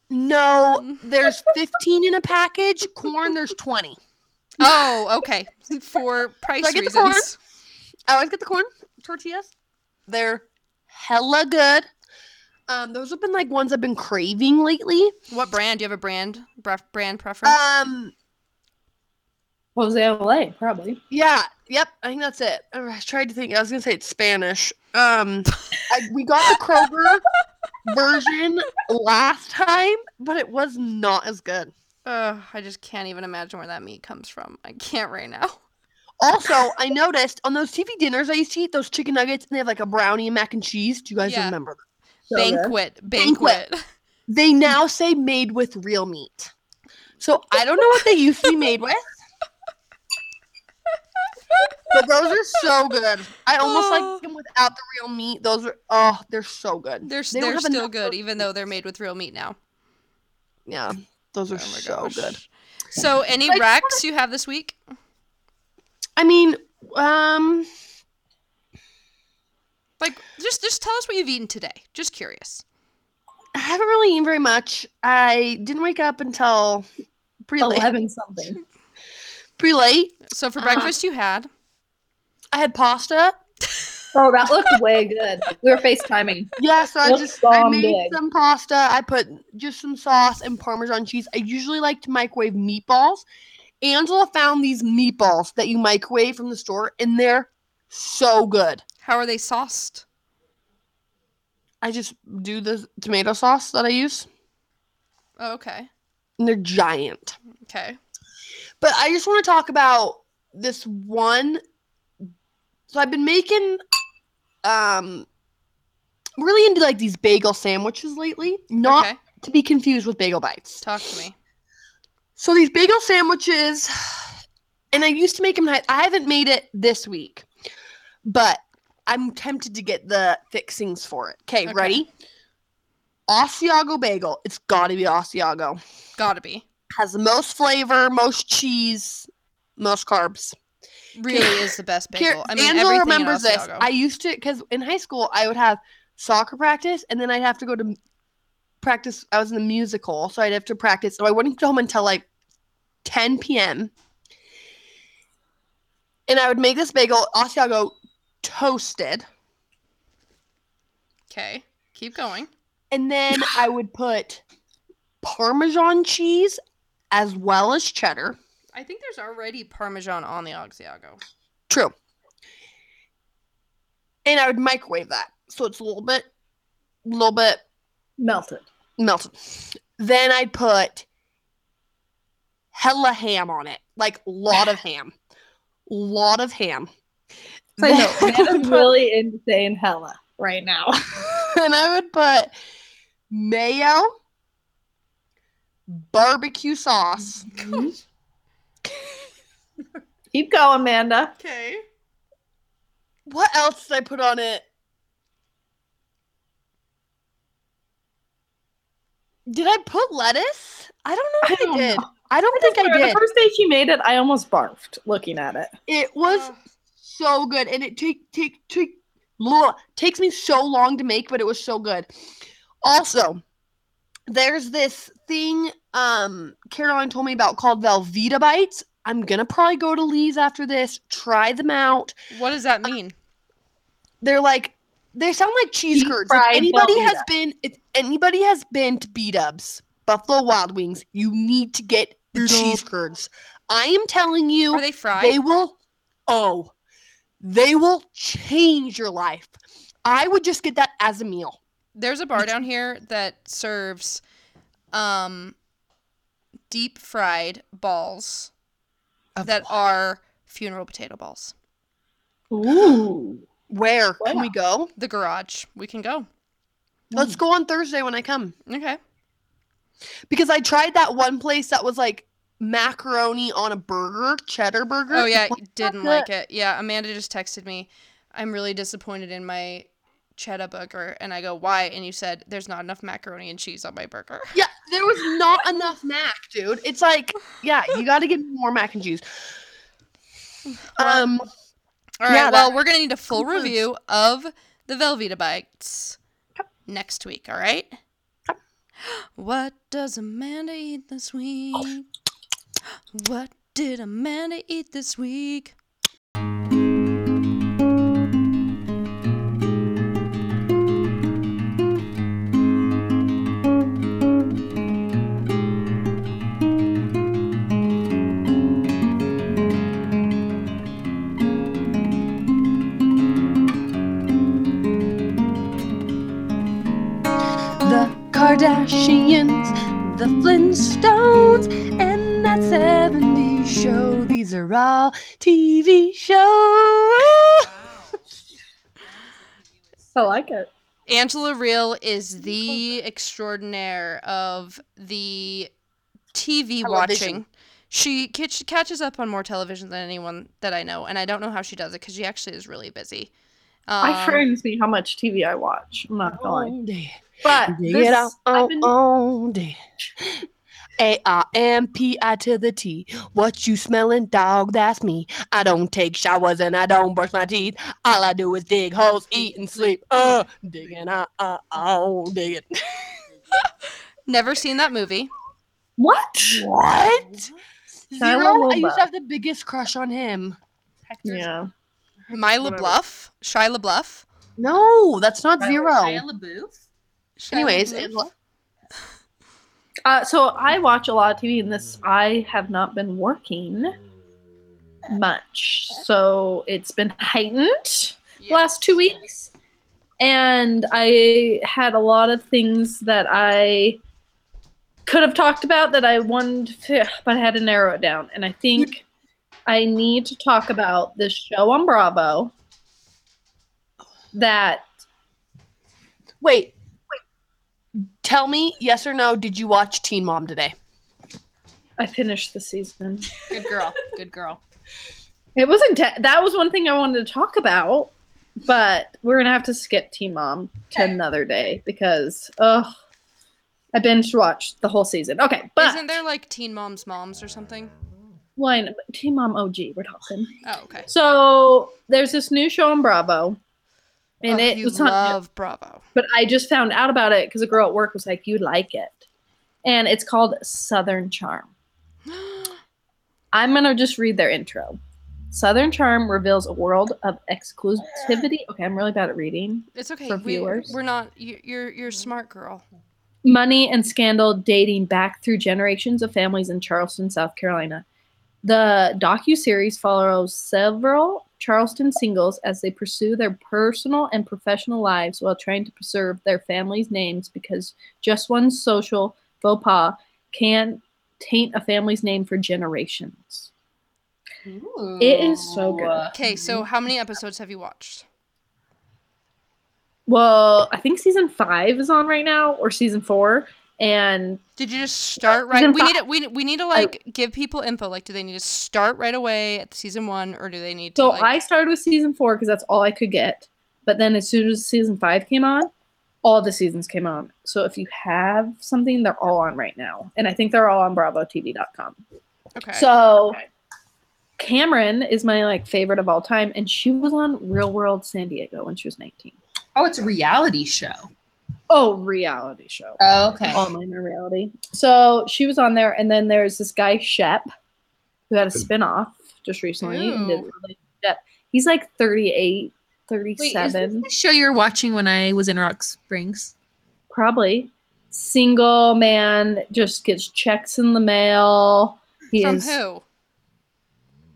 No, there's 15 in a package. Corn, there's 20. Oh, okay. For price I get the corn? reasons. I always get the corn tortillas. They're hella good. Um, those have been like ones I've been craving lately. What brand? Do you have a brand? Bref- brand preference? Um, Jose LA, probably. yeah, yep. I think that's it. Oh, I was trying to think. I was gonna say it's Spanish. Um, I, we got the Kroger version last time, but it was not as good. Ugh, I just can't even imagine where that meat comes from. I can't right now. Also, I noticed on those TV dinners I used to eat those chicken nuggets, and they have like a brownie and mac and cheese. Do you guys Yeah. remember? that? So good. Banquet, banquet. Banquet. They now say made with real meat. So I don't know what they used to be made with. But those are so good. I almost Oh. like them without the real meat. Those are oh, they're so good. They're s- They don't they're have still enough good, protein. even though they're made with real meat now. Yeah. Those are Oh my so gosh. good. So, any Like, racks you have this week? I mean, um, Like, just just tell us what you've eaten today. Just curious. I haven't really eaten very much. I didn't wake up until pretty late. Eleven something. Pretty late. So for Uh-huh. Uh, breakfast, you had I had pasta. Oh, that looked way good. We were FaceTiming. Yeah, so I Looks just I bomb made good. some pasta. I put just some sauce and Parmesan cheese. I usually like to microwave meatballs. Angela found these meatballs that you microwave from the store, and they're so good. how are they sauced? I just do the tomato sauce that I use, Oh, okay. and they're giant. Okay. But I just want to talk about this one. So I've been making um really into like these bagel sandwiches lately, not okay. to be confused with bagel bites. Talk to me. So these bagel sandwiches and I used to make them I I haven't made it this week. But I'm tempted to get the fixings for it. Okay, Okay. ready? Asiago bagel. It's got to be Asiago. Gotta be. Has the most flavor, most cheese, most carbs. Really is the best Car- bagel. I mean, Angela everything in remembers this. Asiago. I used to because in high school I would have soccer practice, and then I'd have to go to m- practice. I was in the musical, so I'd have to practice. So I wouldn't go home until like 10 p.m. And I would make this bagel, Asiago, toasted, Okay. Keep going. and then I would put Parmesan cheese as well as cheddar. I think there's already Parmesan on the Asiago. True. And I would microwave that. So it's a little bit little bit Melted. melted. Then I'd put hella ham on it. Like lot of ham. Lot of ham. I know. Then I would That's put- really insane hella right now. then I would put mayo, barbecue sauce, Keep going, Amanda. Okay. What else did I put on it? Did I put lettuce? I don't know if I, don't did. know. I don't think I did. The first day she made it, I almost barfed looking at it. It was so good, and it take take take blah, takes me so long to make, but it was so good. Also, there's this thing um Caroline told me about called Velveeta bites. I'm gonna probably go to Lee's after this, try them out. What does that mean? they're like they sound like cheese Deep curds. If fried anybody has Velveeta. been if anybody has been to B Dubs, Buffalo Wild Wings, you need to get the cheese curds. I am telling Are you, they fried? they will oh they will change your life. I would just get that as a meal. There's a bar down here that serves um deep fried balls Of that are funeral potato balls. Ooh. Where can we go? The garage. We can go. Let's go on Thursday when I come. Okay. Because I tried that one place that was like macaroni on a burger, cheddar burger. Oh yeah, What didn't the- like it. Yeah, Amanda just texted me. I'm really disappointed in my cheddar burger, and I go, "Why?" And you said, "There's not enough macaroni and cheese on my burger." Yeah, there was not enough mac, dude. It's like, yeah, you got to get more mac and cheese. Um, All right. Yeah, well, we're gonna need a full concludes- review of the Velveeta bites next week. All right. What does Amanda eat this week? What did Amanda eat this week? the Kardashians, the Flintstones, and that 70s show. These are all TV shows. I like it. Angela Real is the extraordinaire of the TV watching. Television. She catch, catches up on more television than anyone that I know, and I don't know how she does it because she actually is really busy. Um, I friends me how much TV I watch. I'm not going. All day. But Dig it this, out I've been, all day. oh, A I M P I to the T. What you smelling, dog? That's me. I don't take showers and I don't brush my teeth. All I do is dig holes, eat and sleep. Uh, digging, uh, uh, oh, digging. Never seen that movie. What? What? Shia Zero. I used LaBeouf. to have the biggest crush on him. Yeah. Mila Whatever. Bluff? Shia LaBeouf? No, that's not Um, Shia zero. LaBeouf. Shia Anyways, LaBeouf? it was Uh, so I watch a lot of TV, and this I have not been working much, so it's been heightened the last two weeks, and I had a lot of things that I could have talked about that I wanted, to, but I had to narrow it down, and I think I need to talk about this show on Bravo that Wait, wait. Tell me, yes or no, did you watch Teen Mom today? I finished the season. Good girl. Good girl. It wasn't. Te- that was one thing I wanted to talk about, but we're gonna have to skip T Mom to another day because ugh, I binge watched the whole season. Okay, but Isn't there like Teen Moms Moms or something? line T Mom OG we're talking. Oh, okay. So there's this new show on Bravo, and Oh, it you was not. love Bravo. But I just found out about it because a girl at work was like, "You like it," and it's called Southern Charm. I'm going to just read their intro. Southern Charm reveals a world of exclusivity. Okay, I'm really bad at reading. It's okay. For We, viewers. we're not. You, you're you're a smart girl. Money and scandal dating back through generations of families in Charleston, South Carolina. The docuseries follows several Charleston singles as they pursue their personal and professional lives while trying to preserve their families' names because just one social faux pas can taint a family's name for generations. It is so good. Okay, so Mm-hmm. how many episodes have you watched? Well, I think season five is on right now, or season four, and Did you just start right? Season We need to we, we need to like give people info. Like, do they need to start right away at season one, or do they need to? so like, I started with season four because that's all I could get. But then as soon as season five came on, all the seasons came on. So if you have something, they're all on right now, and I think they're all on BravoTV.com. okay. So Cameron is my like favorite of all time, and she was on Real World San Diego when she was 19. Oh, it's a reality show. Oh, reality show. Oh, okay. all mine are reality. So she was on there, and then there's this guy Shep, who had a spin-off just recently. And did Ooh. really Shep. He's like 38, Wait, is 37, this the show you were watching when I was in Rock Springs? probably. Single man, just gets checks in the mail. He From is who? Oh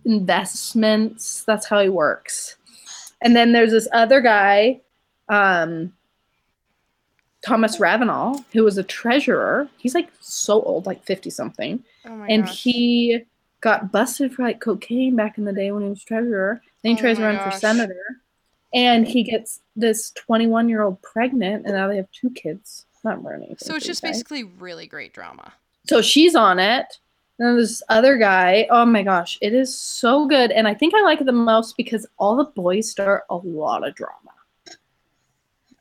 investments. That's how he works. And then there's this other guy, um, Thomas Ravenel, who was a treasurer. He's like so old, like 50 something. Oh my and gosh. he got busted for like cocaine back in the day when he was treasurer. Then he Oh tries to my run for gosh. senator, and he gets this 21 year old pregnant, and now they have two kids. Not Bernie. So it's just basically really great drama. So she's on it. And then this other guy. Oh my gosh, it is so good, and I think I like it the most because all the boys start a lot of drama.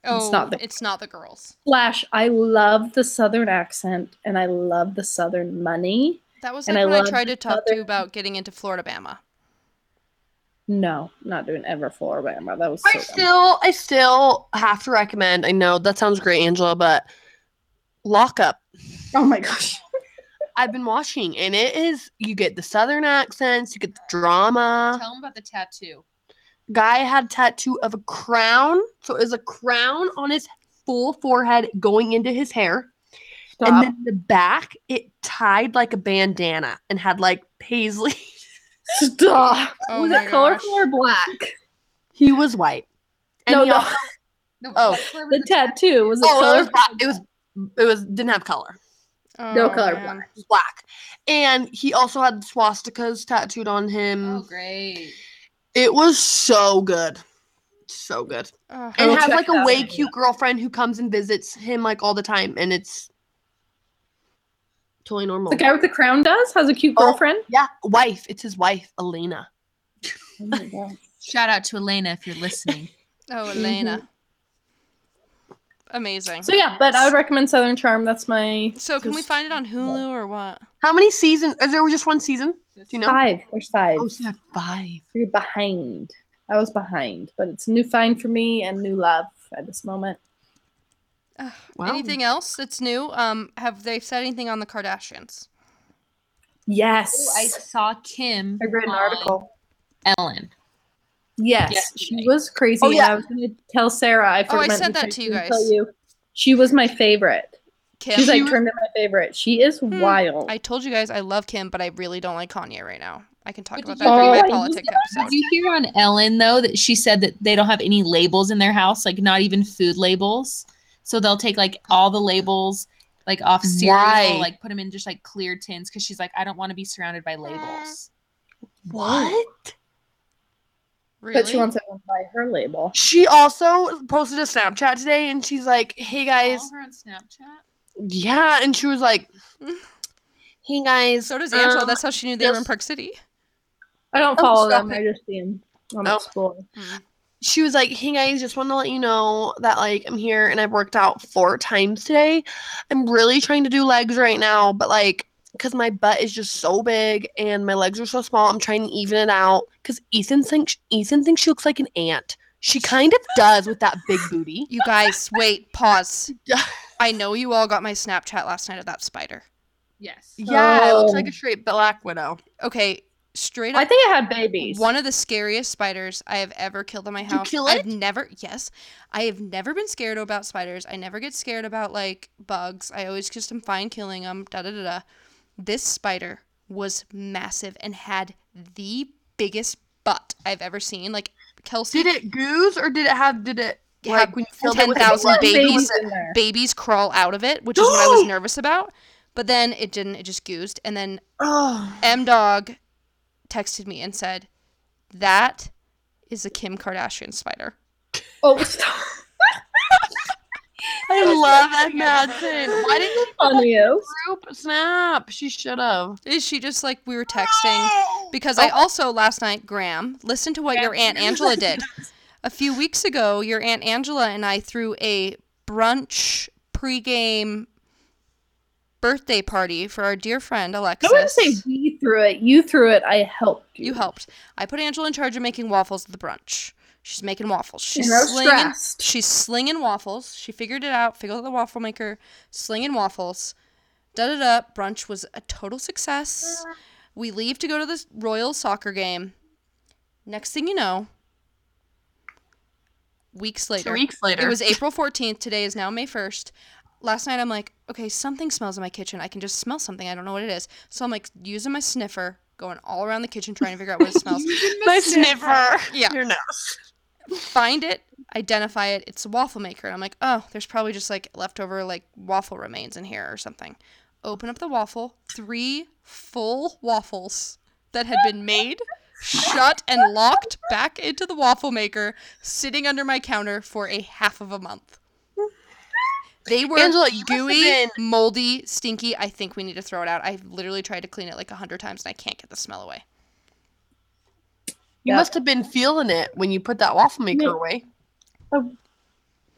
Oh, not the- it's not the girls. Flash, I love the southern accent, and I love the southern money. That was like And I when I love tried to talk to other- you about getting into Florida Bama. No, not doing ever for Alabama. That was so I dumb. still, I still have to recommend. I know that sounds great, Angela, but Lock Up. Oh my gosh. I've been watching, and it is you get the southern accents, you get the drama. Tell him about the tattoo. Guy had a tattoo of a crown, so it was a crown on his full forehead going into his hair, and then the back it tied like a bandana and had like paisley. Stop. Oh was my it colorful gosh. or black? he was white. And no, he the, also- No, Oh. what color was the tattoo was it oh, it was colorful? black. It was it was didn't have color. No Oh, color man. black. was black. And he also had swastikas tattooed on him. Oh, great. It was so good. So good. Ugh. I And will has check like that a way one out. cute girlfriend who comes and visits him like all the time and it's totally normal. The guy with the crown does has a cute Oh. girlfriend. yeah, wife. It's his wife, Elena. Shout out to Elena if you're listening. Oh, Elena. Oh, Amazing. Mhm. So yeah, but I would recommend Southern Charm. That's my So can we just find it on Hulu or what? How many seasons? Is there just one season? Do you know? five? There's five. Oh, snap, five. You're behind. I was behind, but it's a new find for me and new love at this moment. Ugh, Wow. Anything else that's new? Um, have they said anything on the Kardashians? Yes, I saw Kim. I read an on article. Ellen. Yes, yesterday. she was crazy. Oh, and yeah. I was going to tell Sarah. I forgot I sent that to you guys. Tell you, she was my favorite. Kim. She's like turned in my favorite. She is wild. I told you guys I love Kim, but I really don't like Kanye right now. I can talk But about did that you during my guys- politic Did episode. you hear on Ellen though that she said that they don't have any labels in their house, like not even food labels. So they'll take like all the labels like off cereal, Why? like put them in just like clear tins because she's like, I don't want to be surrounded by labels. What? Really? but she wants everyone to buy her label. She also posted a Snapchat today and she's like, hey Eh, guys. Follow her on Snapchat. Yeah. And she was like, hey guys. so does Angela. um, That's how she knew they were in yes. Park City. I don't Oh, follow stop them. it. I just see them on Oh. explore. she was like, "Hey guys, just wanted to let you know that like I'm here and I've worked out four times today. I'm really trying to do legs right now, but like because my butt is just so big and my legs are so small, I'm trying to even it out. Because Ethan thinks Ethan thinks she looks like an ant. She kind of does with that big booty. You guys, wait, pause. Yeah. I know you all got my Snapchat last night of that spider. Yes. Yeah, it looks Oh. like a straight black widow. Okay, straight I up, think I had babies. one of the scariest spiders I have ever killed in my you house. kill I've never, yes, I have never been scared about spiders. I never get scared about like bugs. I always just am fine killing them. Da da da da. This spider was massive and had the biggest butt I've ever seen. Like Kelsey Did it goose or did it have? Did it had like when you filled it ten with thousand blood? babies in there. babies crawl out of it, which is what I was nervous about. But then it didn't. It just goosed. And then Oh, M Dog texted me and said, "That is a Kim Kardashian spider." Oh, stop I love that Madsen. Why didn't she on you. group snap? She should have. Is she just like we were texting? Because I also last night, Graham, listen to what your aunt Angela did. A few weeks ago, your aunt Angela and I threw a brunch pregame birthday party for our dear friend I Alexis. wouldn't say we threw it. You threw it. I helped you. You helped. I put Angela in charge of making waffles at the brunch. She's making waffles. She's And I was slinging. stressed. She's slinging waffles. She figured it out. Figured out the waffle maker. Slinging waffles. Da da da. Brunch was a total success. We leave to go to the Royal soccer game. Next thing you know, weeks later, Two weeks later. it was April 14th. Today is now May 1st. Last night, I'm like, okay, something smells in my kitchen. I can just smell something. I don't know what it is. So I'm like using my sniffer, going all around the kitchen trying to figure out what it smells. My sniffer. Yeah. Your nose. Find it, identify it. It's a waffle maker. And I'm like, oh, there's probably just like leftover like waffle remains in here or something. Open up the waffle, three full waffles that had been made, shut and locked back into the waffle maker, sitting under my counter for a half of a month. They were Angela, you must have gooey, been- moldy, stinky. I think we need to throw it out. I've literally tried to clean it like a hundred times and I can't get the smell away. You Yeah. must have been feeling it when you put that waffle maker Yeah. away.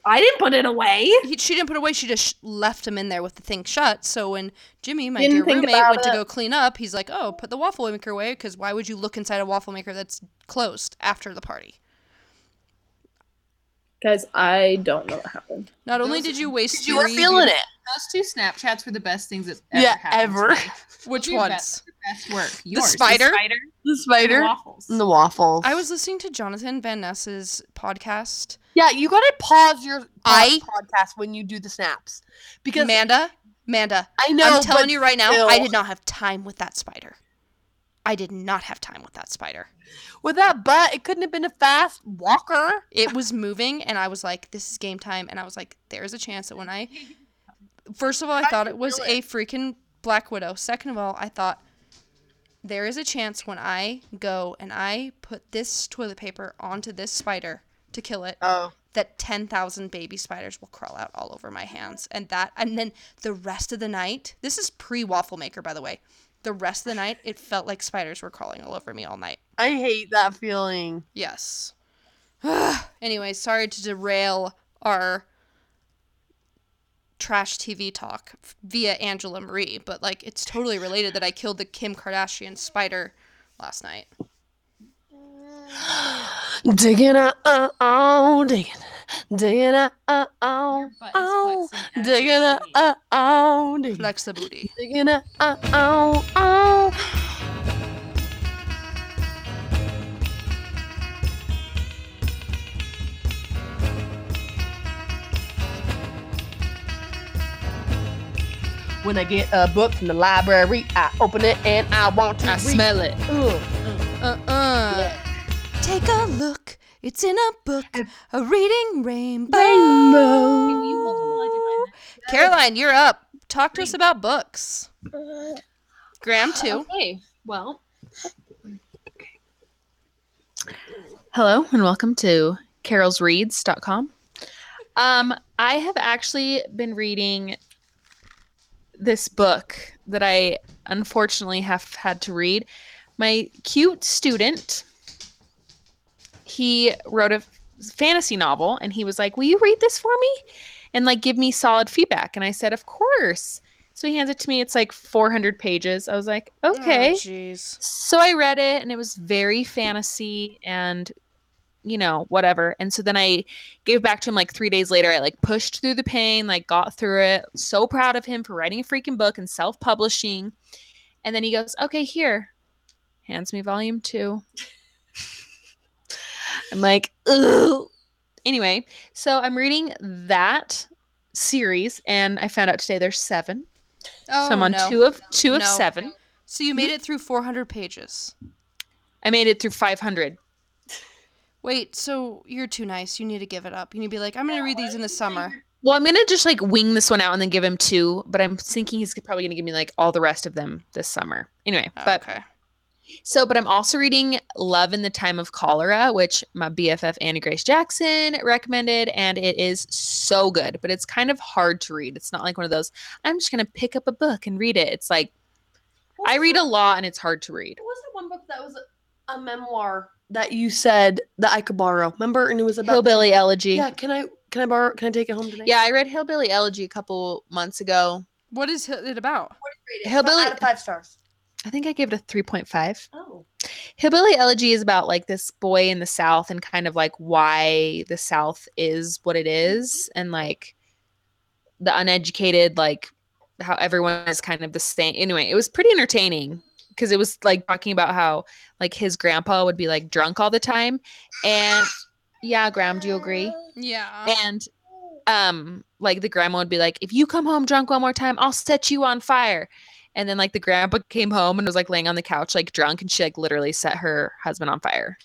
I didn't put it away. he, she didn't put it away. She just sh- left him in there with the thing shut. So when Jimmy, my Didn't dear think roommate, about went to it. go clean up, he's like, "Oh, put the waffle maker away because why would you look inside a waffle maker that's closed after the party?" Guys, I don't know what happened. Not only Those- did you waste, You were three feeling beautiful- it. Those two Snapchats were the best things that ever yeah, happened to ever. me. Which Those were the ones? Best, the best work. Yours, spider? The The spider waffles. and the waffles. I was listening to Jonathan Van Ness's podcast. Yeah, you gotta pause your I- podcast when you do the snaps because Amanda, Amanda, I know. I'm telling but you right now, I still. did not have time with that spider. I did not have time with that spider. with that butt, it couldn't have been a fast walker. it was moving and i was like this is game time and i was like there's a chance that when i first of all i thought it was a freaking black widow second of all i thought there is a chance when i go and i put this toilet paper onto this spider to kill it Oh, that 10,000 baby spiders will crawl out all over my hands and that and then the rest of the night this is pre waffle maker by the way the rest of the night it felt like spiders were crawling all over me all night I hate that feeling. Yes. anyway, sorry to derail our trash TV talk f- via Angela Marie, but like it's totally related that I killed the Kim Kardashian spider last night. Digging out, uh, oh, digging, digging out, uh, oh, oh, digging out, uh, oh, digging, Flex the booty. digging out, uh, oh, oh. When I get a book from the library, I open it and I want to I read. smell it. Ugh. Uh uh Take a look. It's in a book. A reading rainbow. Oh, Caroline, you're up. Talk to us about books. Graham too. Okay, well. Hello and welcome to carolsreads.com. Um, I have actually been reading this book that I unfortunately have had to read. My cute student, he wrote a fantasy novel and he was like, Will you read this for me? And like give me solid feedback. And I said, Of course. So he hands it to me. It's like 400 pages. I was like, okay. Oh, Jeez. So I read it and it was very fantasy and you know, whatever. And so then I gave back to him like 3 days later. I like pushed through the pain, like got through it. So proud of him for writing a freaking book and self-publishing. And then he goes, "Okay, here." Hands me volume 2. I'm like, "Ugh." Anyway, so I'm reading that series and I found out today there's 7. Oh, so I'm on no. 2 of 2 of No. 7. So you made it through 400 pages. I made it through 500. Wait, so you're too nice. You need to give it up. You need to be like, I'm going to read these in the summer. Well, I'm gonna just like wing this one out and then give him two, but I'm thinking he's probably gonna give me like all the rest of them this summer. Anyway, Oh, but okay. so, but I'm also reading Love in the Time of Cholera, which my BFF Annie Grace Jackson recommended, and it is so good, but it's kind of hard to read. It's not like one of those, I'm just gonna pick up a book and read it. It's like, I read a lot and it's hard to read. What was the one book that was a memoir that you said that I could borrow? Remember, and it was about Hillbilly Elegy. Yeah, can I can I borrow? Can I take it home tonight? yeah, I read Hillbilly Elegy a couple months ago. What is it about? Hillbilly. out of five stars. I think I gave it a 3.5. Oh, Hillbilly Elegy is about like this boy in the South and kind of like why the South is what it is and like the uneducated, like how everyone is kind of the same. Anyway, it was pretty entertaining because it was like talking about how like his grandpa would be like drunk all the time. And yeah, Graham, do you agree? Yeah. and um like the grandma would be like if you come home drunk one more time i'll set you on fire and then like the grandpa came home and was like laying on the couch like drunk and she like literally set her husband on fire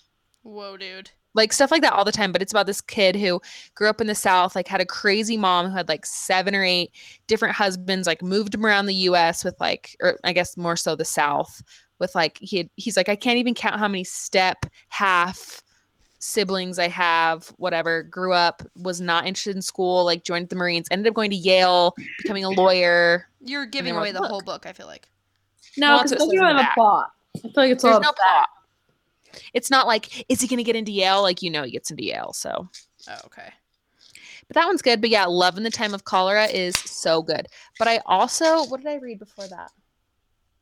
Whoa, dude. like stuff like that all the time but it's about this kid who grew up in the south like had a crazy mom who had like seven or eight different husbands like moved him around the us with like or i guess more so the south with like he had, he's like i can't even count how many step half siblings i have whatever grew up was not interested in school like joined the marines ended up going to yale becoming a lawyer You're giving were away the like, whole book, I feel like. No, Well, because that's what doesn't it says in have the a back. plot. I feel like it's all there's no plot it's not like is he going to get into yale like you know he gets into yale so Oh, okay. But that one's good. But yeah, Love in the Time of Cholera is so good. But I also, what did I read before that?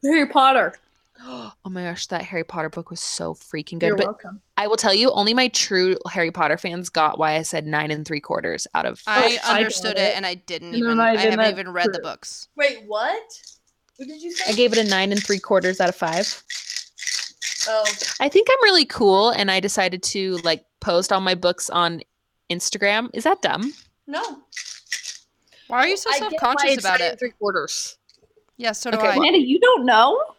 Harry Potter. Oh my gosh, that Harry Potter book was so freaking good. You're but welcome. I will tell you, only my true Harry Potter fans got why I said nine and three quarters out of. I I got understood it it. and I didn't And even then I I, did haven't not even read the prove- books. wait, what? What did you I say? gave it a nine and three quarters out of five. Oh, I think I'm really cool, and I decided to like post all my books on Instagram. Is that dumb? no. Why are you so I get why self-conscious it's about nine it? and Three quarters. Yeah, so do Okay, I. well- Amanda, you don't know?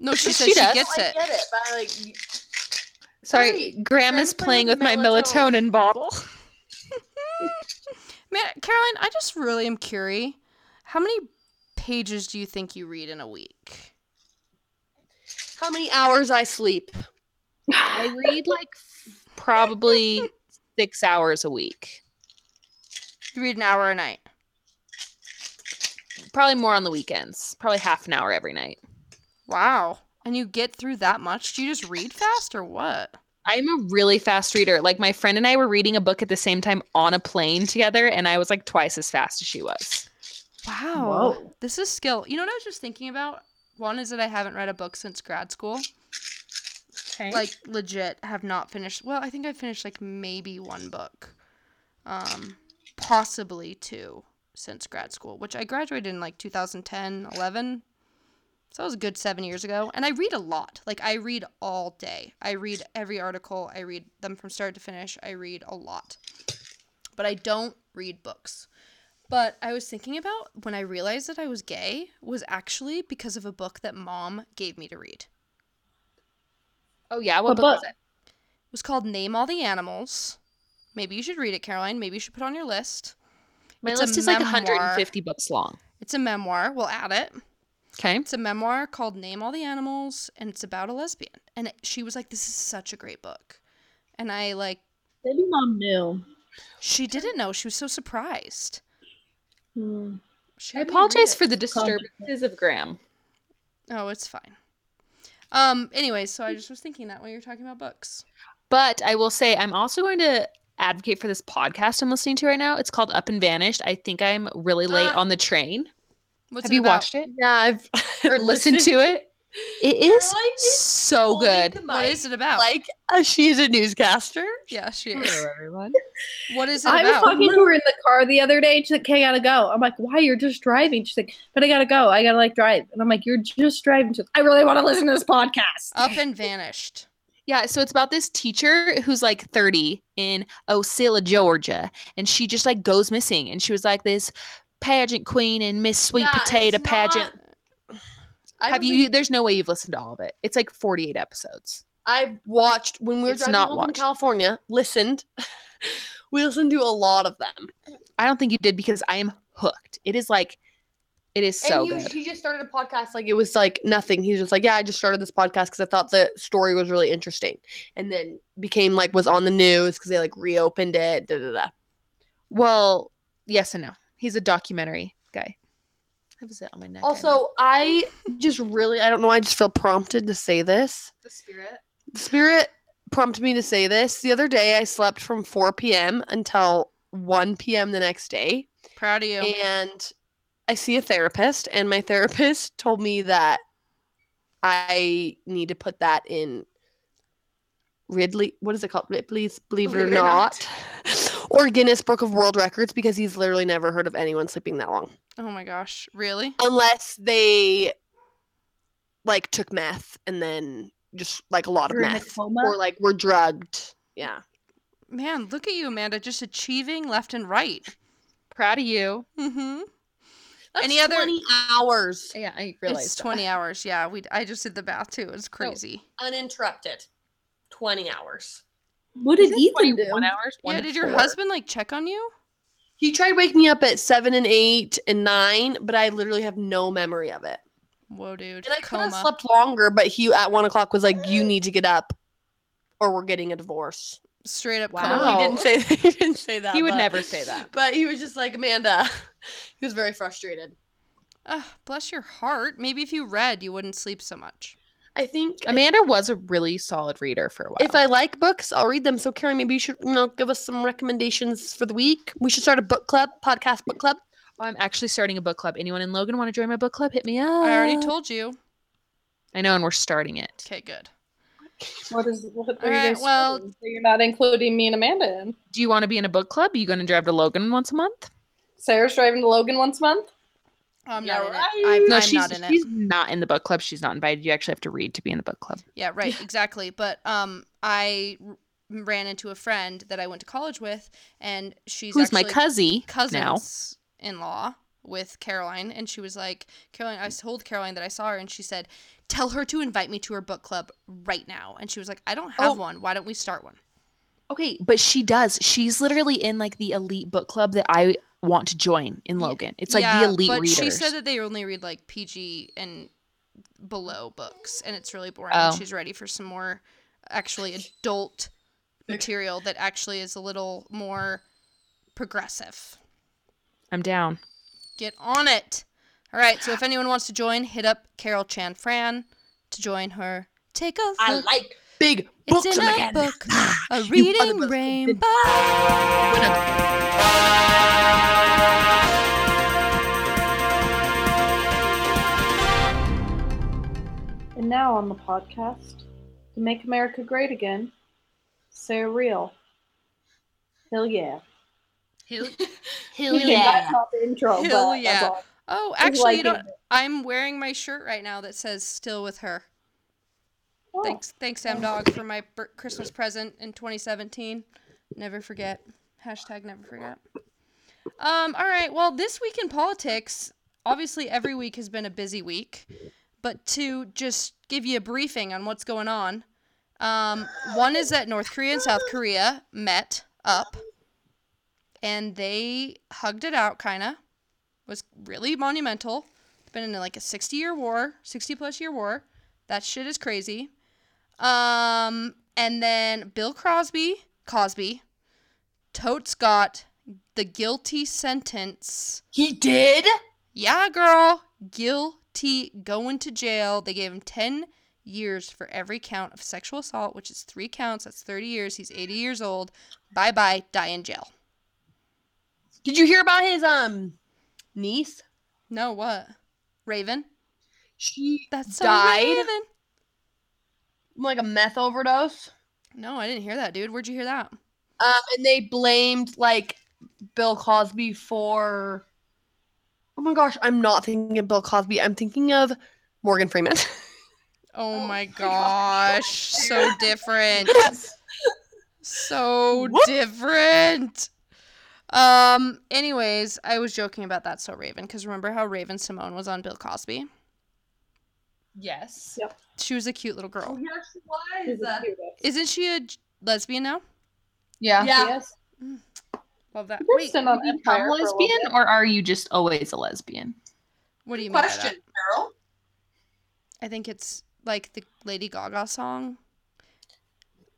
No, she She says she, does. gets I it. get it, but I like. you- Sorry, Great. Graham is Graham, play playing with with the my melatonin. melatonin bottle. Man, Caroline, I just really am curious. How many pages do you think you read in a week? How many hours I sleep? I read like probably six hours a week. You read an hour a night. Probably more on the weekends. Probably half an hour every night. Wow. And you get through that much? Do you just read fast or what? I'm a really fast reader. Like my friend and I were reading a book at the same time on a plane together, and I was like twice as fast as she was. Wow. This is skill. You know what I was just thinking about? One is that I haven't read a book since grad school. Okay. Like legit have not finished. Well, I think I finished like maybe one book. Um possibly two since grad school, which I graduated in like 2010, 11. So that was a good 7 years ago, and I read a lot. Like I read all day. I read every article. I read them from start to finish. I read a lot. But I don't read books. But I was thinking about when I realized that I was gay was actually because of a book that mom gave me to read. Oh yeah, what What book was book? it? It was called Name All the Animals. Maybe you should read it, Caroline. Maybe you should put it on your list. My It's a list is like memoir. 150 books long. It's a memoir. We'll add it. Okay. It's a memoir called Name All the Animals, and it's about a lesbian. And it- she was like, "This is such a great book," and I like. Maybe mom knew. She didn't know. She was so surprised. Hmm. She I had me read apologize it. for the disturbances of Graham. Oh, it's fine. Um. Anyway, so I just was thinking that when you were talking about books. But I will say, I'm also going to advocate for this podcast I'm listening to right now. It's called Up and Vanished. I think I'm really late Ah. on the train. What's Have it you about? watched it? Yeah, I've Or listen to it. It is Caroline is so good. What is it about? like uh, she's a newscaster. yeah, she is. Hello, everyone. What is it I was about? talking to her in the car the other day. She's like, "Okay, I gotta go." I'm like, "Why? You're just driving." She's like, "But I gotta go. I gotta like drive." And I'm like, "You're just driving." She's like, "I really want to listen to this podcast." Up and vanished. Yeah, so it's about this teacher who's like 30 in Osceola, Georgia, and she just like goes missing. And she was like this pageant queen and Miss Sweet Yeah, Potato it's pageant. I Have don't you? There's no way you've listened to all of it. It's like 48 episodes. I watched when we were It's driving not home watched. from California. Listened. we listened to a lot of them. I don't think you did because I am hooked. It is like, it is so and he, was- good. he just started a podcast like it was like nothing. He's just like, yeah, I just started this podcast because I thought the story was really interesting, and then became like was on the news because they like reopened it. Da da da. Well, yes and no. He's a documentary guy. I was it on my neck. I know. Also, I just really I don't know. I just feel prompted to say this. the spirit. The spirit prompted me to say this. The other day, I slept from 4 p.m. until 1 p.m. the next day. Proud of you. And I see a therapist, and my therapist told me that I need to put that in Ridley. What is it called? Ripley's Believe It or Not, or Guinness Book of World Records because he's literally never heard of anyone sleeping that long Oh my gosh. Really? unless they like took meth and then just like a lot of Were in a meth coma? or like were drugged. Yeah. Man, look at you, Amanda, just achieving left and right. Proud of you. Mm-hmm. That's Any other- 20 hours Yeah, I realized. It's that. Oh, 20 hours. Yeah, we. I just did the math too. It's crazy. uninterrupted. 20 hours. What did Ethan do? 21 hours. one yeah, to did your four. husband like check on you? He tried waking me up at 7 and 8 and 9, but I literally have no memory of it. Whoa, dude. And I could have Coma. slept longer, but he at 1 o'clock was like, You need to get up or we're getting a divorce. Straight up Wow. No, coma. he didn't say that. He didn't say that. He would but- never say that. But he was just like, Amanda. He was very frustrated. Ugh, bless your heart. Maybe if you read, you wouldn't sleep so much. I think Amanda was a really solid reader for a while. if I like books, I'll read them. So Carrie, maybe you should you know give us some recommendations for the week. We should start a book club, podcast book club. I'm actually starting a book club. Anyone in Logan want to join my book club? Hit me up. I already told you. I know, and we're starting it. Okay, good. What is? What All right, well- doing? So you're not including me and Amanda in. Do you want to be in a book club? Are you going to drive to Logan once a month? Sarah's driving to Logan once a month. I'm Yeah, not in right. it. I'm, no, I'm she's not in she's it. not in the book club. She's not invited. You actually have to read to be in the book club. Yeah, right. Exactly. But um, I r- ran into a friend that I went to college with, and she's Who's my actually cousin? now? cousins in law with Caroline, and she was like, Caroline, I told Caroline that I saw her, and she said, Tell her to invite me to her book club right now. And she was like, I don't have Oh. one. Why don't we start one? Okay, but she does. She's literally in like the elite book club that I want to join in Ye- Logan. It's like Yeah, the elite But readers. she said that they only read like PG and below books, and it's really boring. Oh. And she's ready for some more actually adult material that actually is a little more progressive. I'm down. Get on it. All right. So if anyone wants to join, hit up Carol Chan Fran to join her. Take a look. like big It's in a book. A reading mother- rainbow. now on the podcast to make America great again. Say real. Hell yeah. Who? Hell yeah. That's not the intro. Hell but yeah. That's all. Oh, I actually, like you know, it. I'm wearing my shirt right now that says "Still with Her." Oh, Thanks, thanks, M Dog, for my bir- Christmas present in 2017. Never forget. Hashtag never forget. Um, all right. Well, this week in politics, obviously every week has been a busy week, but to just give you a briefing on what's going on, um, one is that North Korea and South Korea met up, and they hugged it out. Kinda was really monumental. Been in like a 60 year war, 60 plus year war. That shit is crazy. Um, and then Bill Crosby, Cosby, totes got the guilty sentence. He did? Yeah, girl, guilty, going to jail. They gave him 10 years for every count of sexual assault, which is three counts. That's 30 years. He's 80 years old. Bye bye, die in jail. Did you hear about his um niece? No, what? Raven? She That's so Died? Raven. like a meth overdose. No, I didn't hear that, dude. Where'd you hear that? Um, and they blamed like Bill Cosby for. Oh my gosh, I'm not thinking of Bill Cosby. I'm thinking of Morgan Freeman. Oh, my gosh. So different. So different. Um, anyways, I was joking about that so Raven, because remember how Raven Simone was on Bill Cosby? Yes. She was a cute little girl. she's the cutest. Isn't she a j- lesbian now? Yeah. Yes. Love that. She Wait, burst in on Do you Empire become for a little lesbian bit. or are you just always a lesbian? what do you mean? by that? Question, Carol. I think it's like the Lady Gaga song.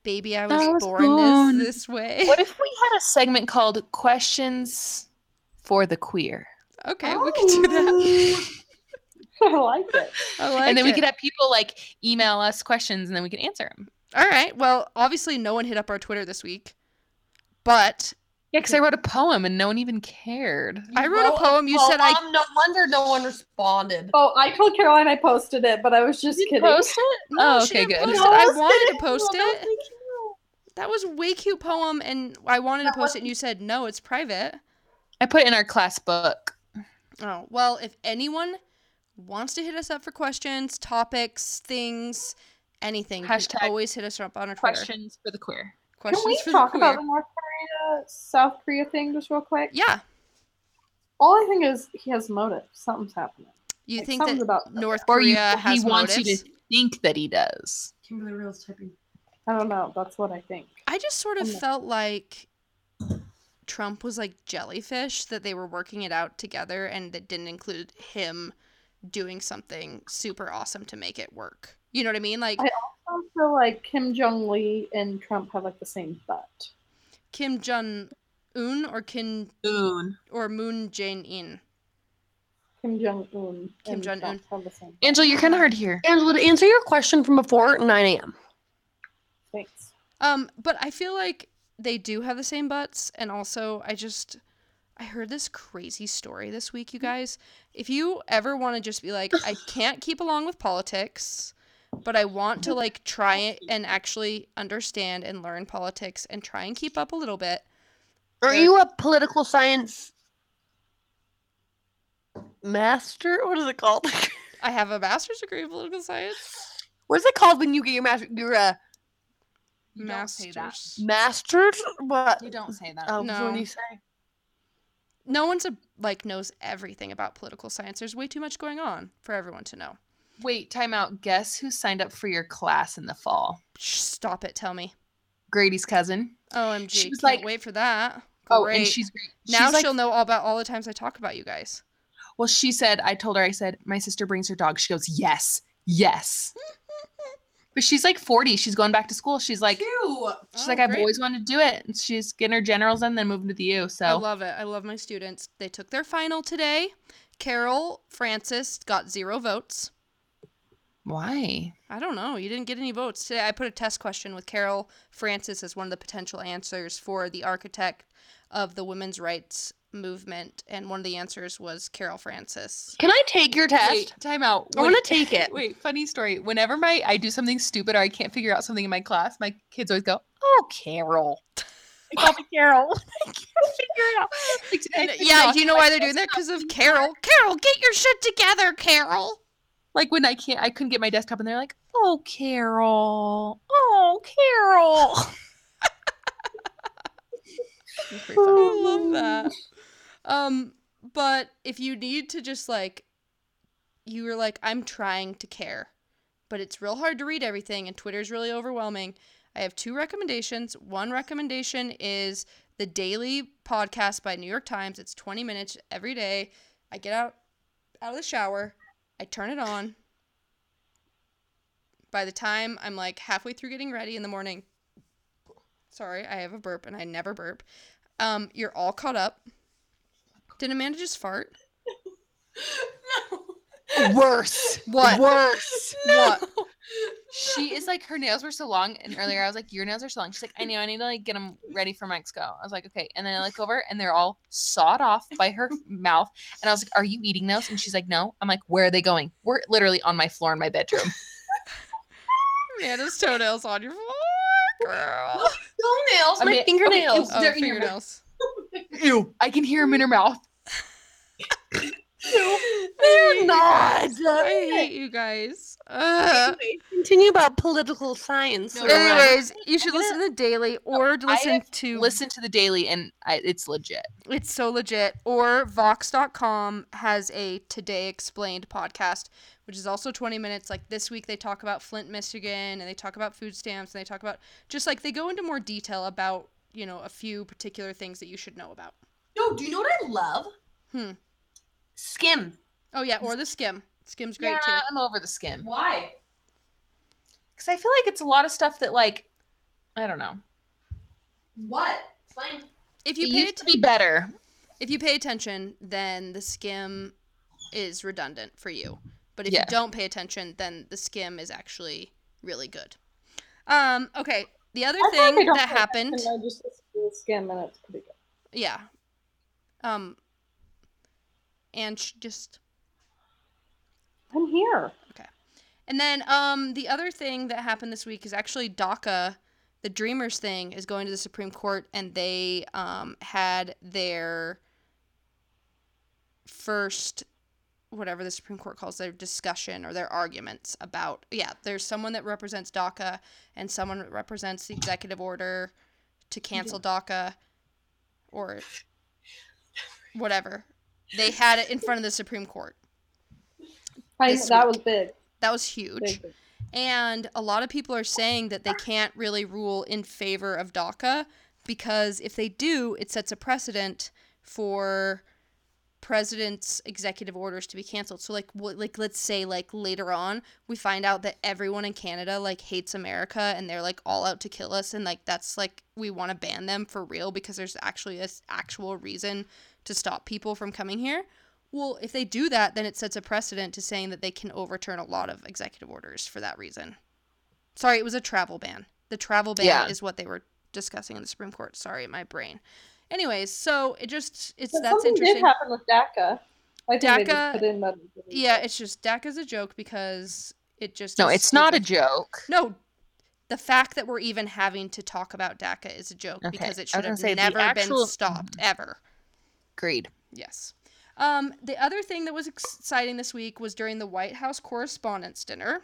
Baby, I was, was born, born- This, this way. What if we had a segment called Questions for the Queer? Okay, we could do that. I like it. I like and then we it. could have people like email us questions and then we can answer them. All right. Well, obviously, no one hit up our Twitter this week, but Yeah, because I wrote a poem and no one even cared. I wrote a poem. You said I. um, No wonder no one responded. Oh, I told Caroline I posted it, but I was just kidding. Post it? No, oh, she okay, didn't good. post it. I wanted to post it. That was a way cute poem, and I wanted to post it, and you said no, it's private. I put it in our class book. Oh well, if anyone wants to hit us up for questions, topics, things, anything, you can Hashtag always hit us up on our Twitter. Questions for the queer. Can Questions we for talk the about queer. the North Korea, South Korea thing just real quick? Yeah, All I think is he has motive. Something's happening. you Like, think something's that about North Or Korea you, has he wants motives? you to think that he does. Kimberly Reels typing. I don't know. That's what I think. I just sort of I'm not- felt like Trump was like jellyfish that they were working it out together and that didn't include him doing something super awesome to make it work. You know what I mean? Like I- I also feel like Kim Jong Lee and Trump have like the same butt. Kim Jong Un or Kim Soon. or Moon Jae In. Kim Jong Un. Kim and Jong-un. Trump have the same. Angela, you're kind of hard to hear. Angela, to answer your question from before 9 a.m. Thanks. Um, but I feel like they do have the same butts, and also I just I heard this crazy story this week, Mm. you guys. If you ever want to just be like, I can't keep along with politics, but I want to like try it and actually understand and learn politics and try and keep up a little bit. Are you a political science master? What is it called? I have a master's degree in political science. what is it called when you get your uh, master? You're a You don't say that. Masters. master's? What? You don't say that. Oh, no. No. What do you say? No one's a, like knows everything about political science. There's way too much going on for everyone to know. Wait, time out. Guess who signed up for your class in the fall? Shh, Stop it. Tell me. Grady's cousin. OMG. She was Can't like- wait for that. Oh, Great. and she's great. now She's like- she'll know all about all the times I talk about you guys. Well, she said, I told her, I said, my sister brings her dog. She goes, yes, yes. but she's like 40. She's going back to school. She's like, she's Oh, like, I've great. always wanted to do it. And she's getting her generals in, then moving to the U. I So love it. I love my students. They took their final today. Carol Francis got zero votes. why? I don't know. You didn't get any votes today. I put a test question with Carol Francis as one of the potential answers for the architect of the women's rights movement, and one of the answers was Carol Francis. Can I take your test? Wait, time out. I When- want to take it. Wait, funny story. Whenever my I do something stupid or I can't figure out something in my class, my kids always go, "Oh, Carol." They call me Carol. I can't figure it out. Like, today I And, couldn't yeah, talk do you to know my why they're doing desk that? up. Because of Carol. Carol, get your shit together, Carol. Like when I can't, I couldn't get my desktop, and they're like, "Oh, Carol. Oh, Carol." Oh, I love that. Um, but if you need to just like, you were like, I'm trying to care, but it's real hard to read everything, and Twitter's really overwhelming. I have two recommendations. One recommendation is the daily podcast by New York Times. It's 20 minutes every day. I get out out of the shower, I turn it on. By the time I'm like halfway through getting ready in the morning, sorry, I have a burp and I never burp. Um, you're all caught up. Did Amanda just fart? Worse. What? Worse. What? she is like her nails were so long and earlier i was like your nails are so long she's like i know i need to like get them ready for my go i was like okay and then i look over and they're all sawed off by her mouth and i was like are you eating those and she's like no i'm like where are they going we're literally on my floor in my bedroom Amanda's toenails on your floor, girl. Toenails. I My mean- okay, fingernails. Oh, They're in your fingernails. ew i can hear them in her mouth They're not. I hate you guys. Ugh. Anyway, Continue about political science. No, All right. Anyways, you should listen to Daily or to I listen to listen to the daily and I, it's legit It's so legit. Or Vox.com has a Today Explained podcast, which is also 20 minutes. Like this week, they talk about Flint, Michigan, and they talk about food stamps, and they talk about just like they go into more detail about, you know, a few particular things that you should know about. No, do you know what I love? Hmm. Skim. Oh, yeah. Or the skim. Skim's great yeah too. i'm over the skim Why? because i feel like it's a lot of stuff that like i don't know What? Fine. If it you pay used to be better if you pay attention, then the skim is redundant for you. But if Yeah. you don't pay attention, then the skim is actually really good. Um, okay. The other thing that happened. I just listen to the skim and it's pretty good. Yeah. Um. And she just I'm here. and then um the other thing that happened this week is actually DACA, the Dreamers thing is going to the Supreme Court and they um had their first whatever the Supreme Court calls their discussion or their arguments about yeah there's someone that represents DACA and someone that represents the executive order to cancel DACA or whatever they had it in front of the Supreme Court I, This that week. was big. that was huge big, big. and a lot of people are saying that they can't really rule in favor of DACA because if they do, it sets a precedent for president's executive orders to be canceled. So like wh- like let's say like later on we find out that everyone in Canada like hates America and they're like all out to kill us and like that's like we want to ban them for real because there's actually a s actual reason to stop people from coming here. Well, if they do that, then it sets a precedent to saying that they can overturn a lot of executive orders for that reason. Sorry, it was a travel ban. The travel ban Yeah. is what they were discussing in the Supreme Court. Sorry, my brain. Anyways, so it just it's But that's something interesting. did happen with DACA. I think they DACA- just put in that. Yeah, it's just DACA's a joke because it just no is it's not a stupid. joke No, the fact that we're even having to talk about DACA is a joke Okay, because I was it should gonna have say, the never actual- been stopped ever. agreed Yes. Um, the other thing that was exciting this week was during the White House Correspondents' Dinner.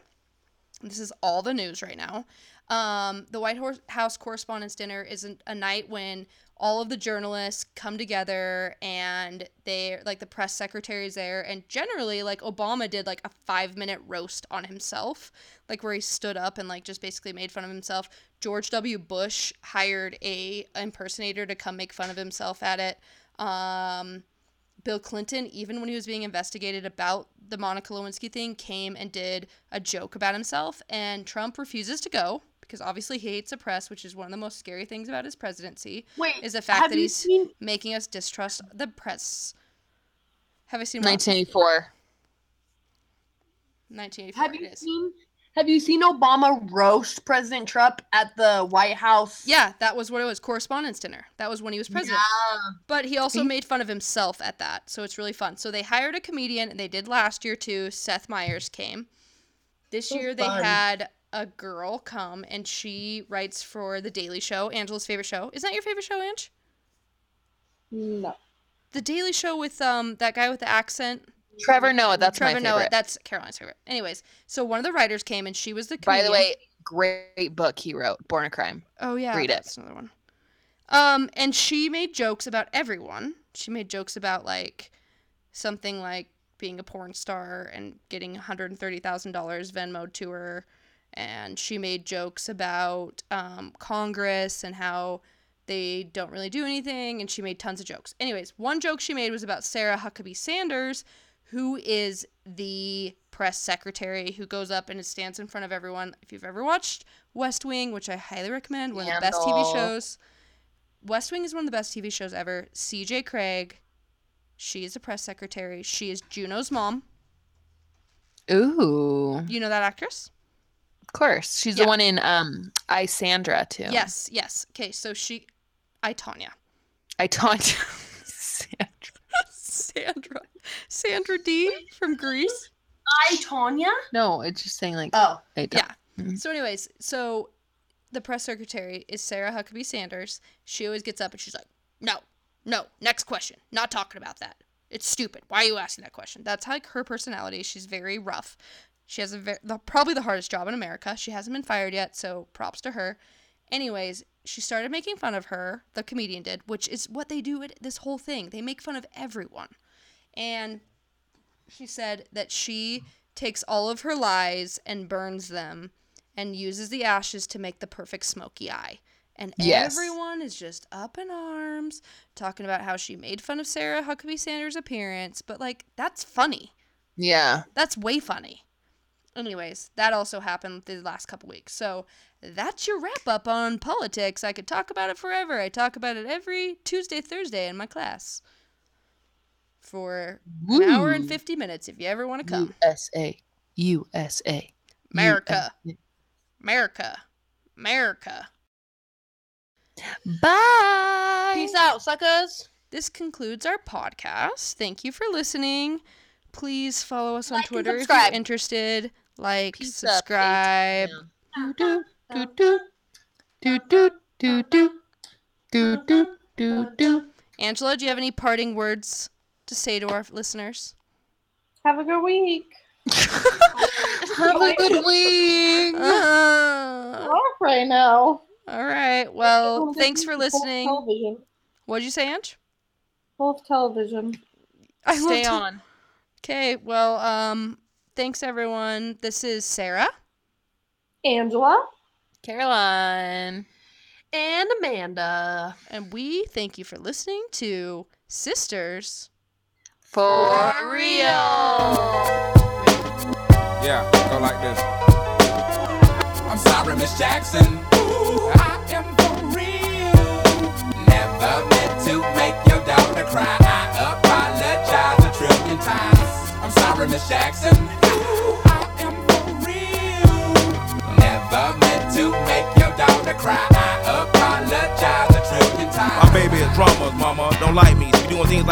This is all the news right now. Um, the White Hor- House Correspondents' Dinner is an, a night when all of the journalists come together and they like the press secretary's there and generally like Obama did like a 5 minute roast on himself like where he stood up and like just basically made fun of himself. George W Bush hired a impersonator to come make fun of himself at it. Um, Bill Clinton, even when he was being investigated about the Monica Lewinsky thing, came and did a joke about himself. And Trump refuses to go because obviously he hates the press, which is one of the most scary things about his presidency, Wait. is the fact have that you he's seen? making us distrust the press. Have I seen what? 1984 1984? Have you it is. seen Have you seen Obama roast President Trump at the White House? Yeah, that was what it was. Correspondence dinner. That was when he was president. But he also made fun of himself at that, so it's really fun. So they hired a comedian, and they did last year too. Seth Meyers came. This year they had a girl come, and she writes for The Daily Show, Angela's favorite show. Isn't that your favorite show, Ange? No. The Daily Show with um that guy with the accent. Trevor Noah, that's Trevor my Noah. favorite. That's Caroline's favorite. Anyways, so one of the writers came, and she was the. By the comedian. way, great book he wrote, Born a Crime. Oh yeah, Read it. that's another one. Um, and she made jokes about everyone. She made jokes about like something like being a porn star and getting one hundred and thirty thousand dollars Venmo to her, and she made jokes about um, Congress and how they don't really do anything. And she made tons of jokes. Anyways, one joke she made was about Sarah Huckabee Sanders, who is the press secretary who goes up and stands in front of everyone. If you've ever watched West Wing, which I highly recommend, one of the best TV Scandal. shows. West Wing is one of the best TV shows ever. CJ Craig, she is a press secretary. She is Juno's mom. Ooh, of You know that actress? course. She's Yeah. the one in um, I Sandra too. Yes, yes. Okay, so she, I Tanya, I taught Sandra. Sandra, Sandra D from Greece. I, Tanya. No, it's just saying like Oh, I don't- Yeah. Mhm. So, anyways, so the press secretary is Sarah Huckabee Sanders. She always gets up and she's like, "No, no, next question. Not talking about that. It's stupid. Why are you asking that question?" That's like her personality. She's very rough. She has a ver- the, probably the hardest job in America. She hasn't been fired yet, so props to her. Anyways, she started making fun of her. The comedian did, which is what they do at this whole thing. They make fun of everyone, and she said that she takes all of her lies and burns them and uses the ashes to make the perfect smoky eye. And Yes. everyone is just up in arms talking about how she made fun of Sarah Huckabee Sanders' appearance, but like that's funny. yeah. That's way funny. Anyways, that also happened the last couple weeks. So that's your wrap up on politics. I could talk about it forever. I talk about it every Tuesday, Thursday in my class for an hour and Woo. 50 minutes if you ever want to come. USA, USA, America, America, America. Bye. peace out, suckers. This concludes our podcast. Thank you for listening. Please follow us on Like and Twitter if subscribe. you're interested. Like, Peace up, subscribe. Do do do do do do do do do do do. Angela, do you have any parting words to say to our listeners? Have a good week. Have a good week. Uh, Off right now. all right. Well, thanks for Full of listening. Television. What'd you say, Ange? Full of television. I Stay on. Okay. Well, um, thanks everyone. This is Sarah. Angela. Caroline. And Amanda. And we thank you for listening to Sisters. For real. Yeah, go like this. I'm sorry, Miss Jackson. Ooh, I am for real. Never meant to make your daughter cry. I apologize a trillion times. I'm sorry, Miss Jackson. Ooh, I am for real. Never meant to make your daughter cry. I apologize a trillion times. My baby is drama, mama. Don't like me. She be doing things like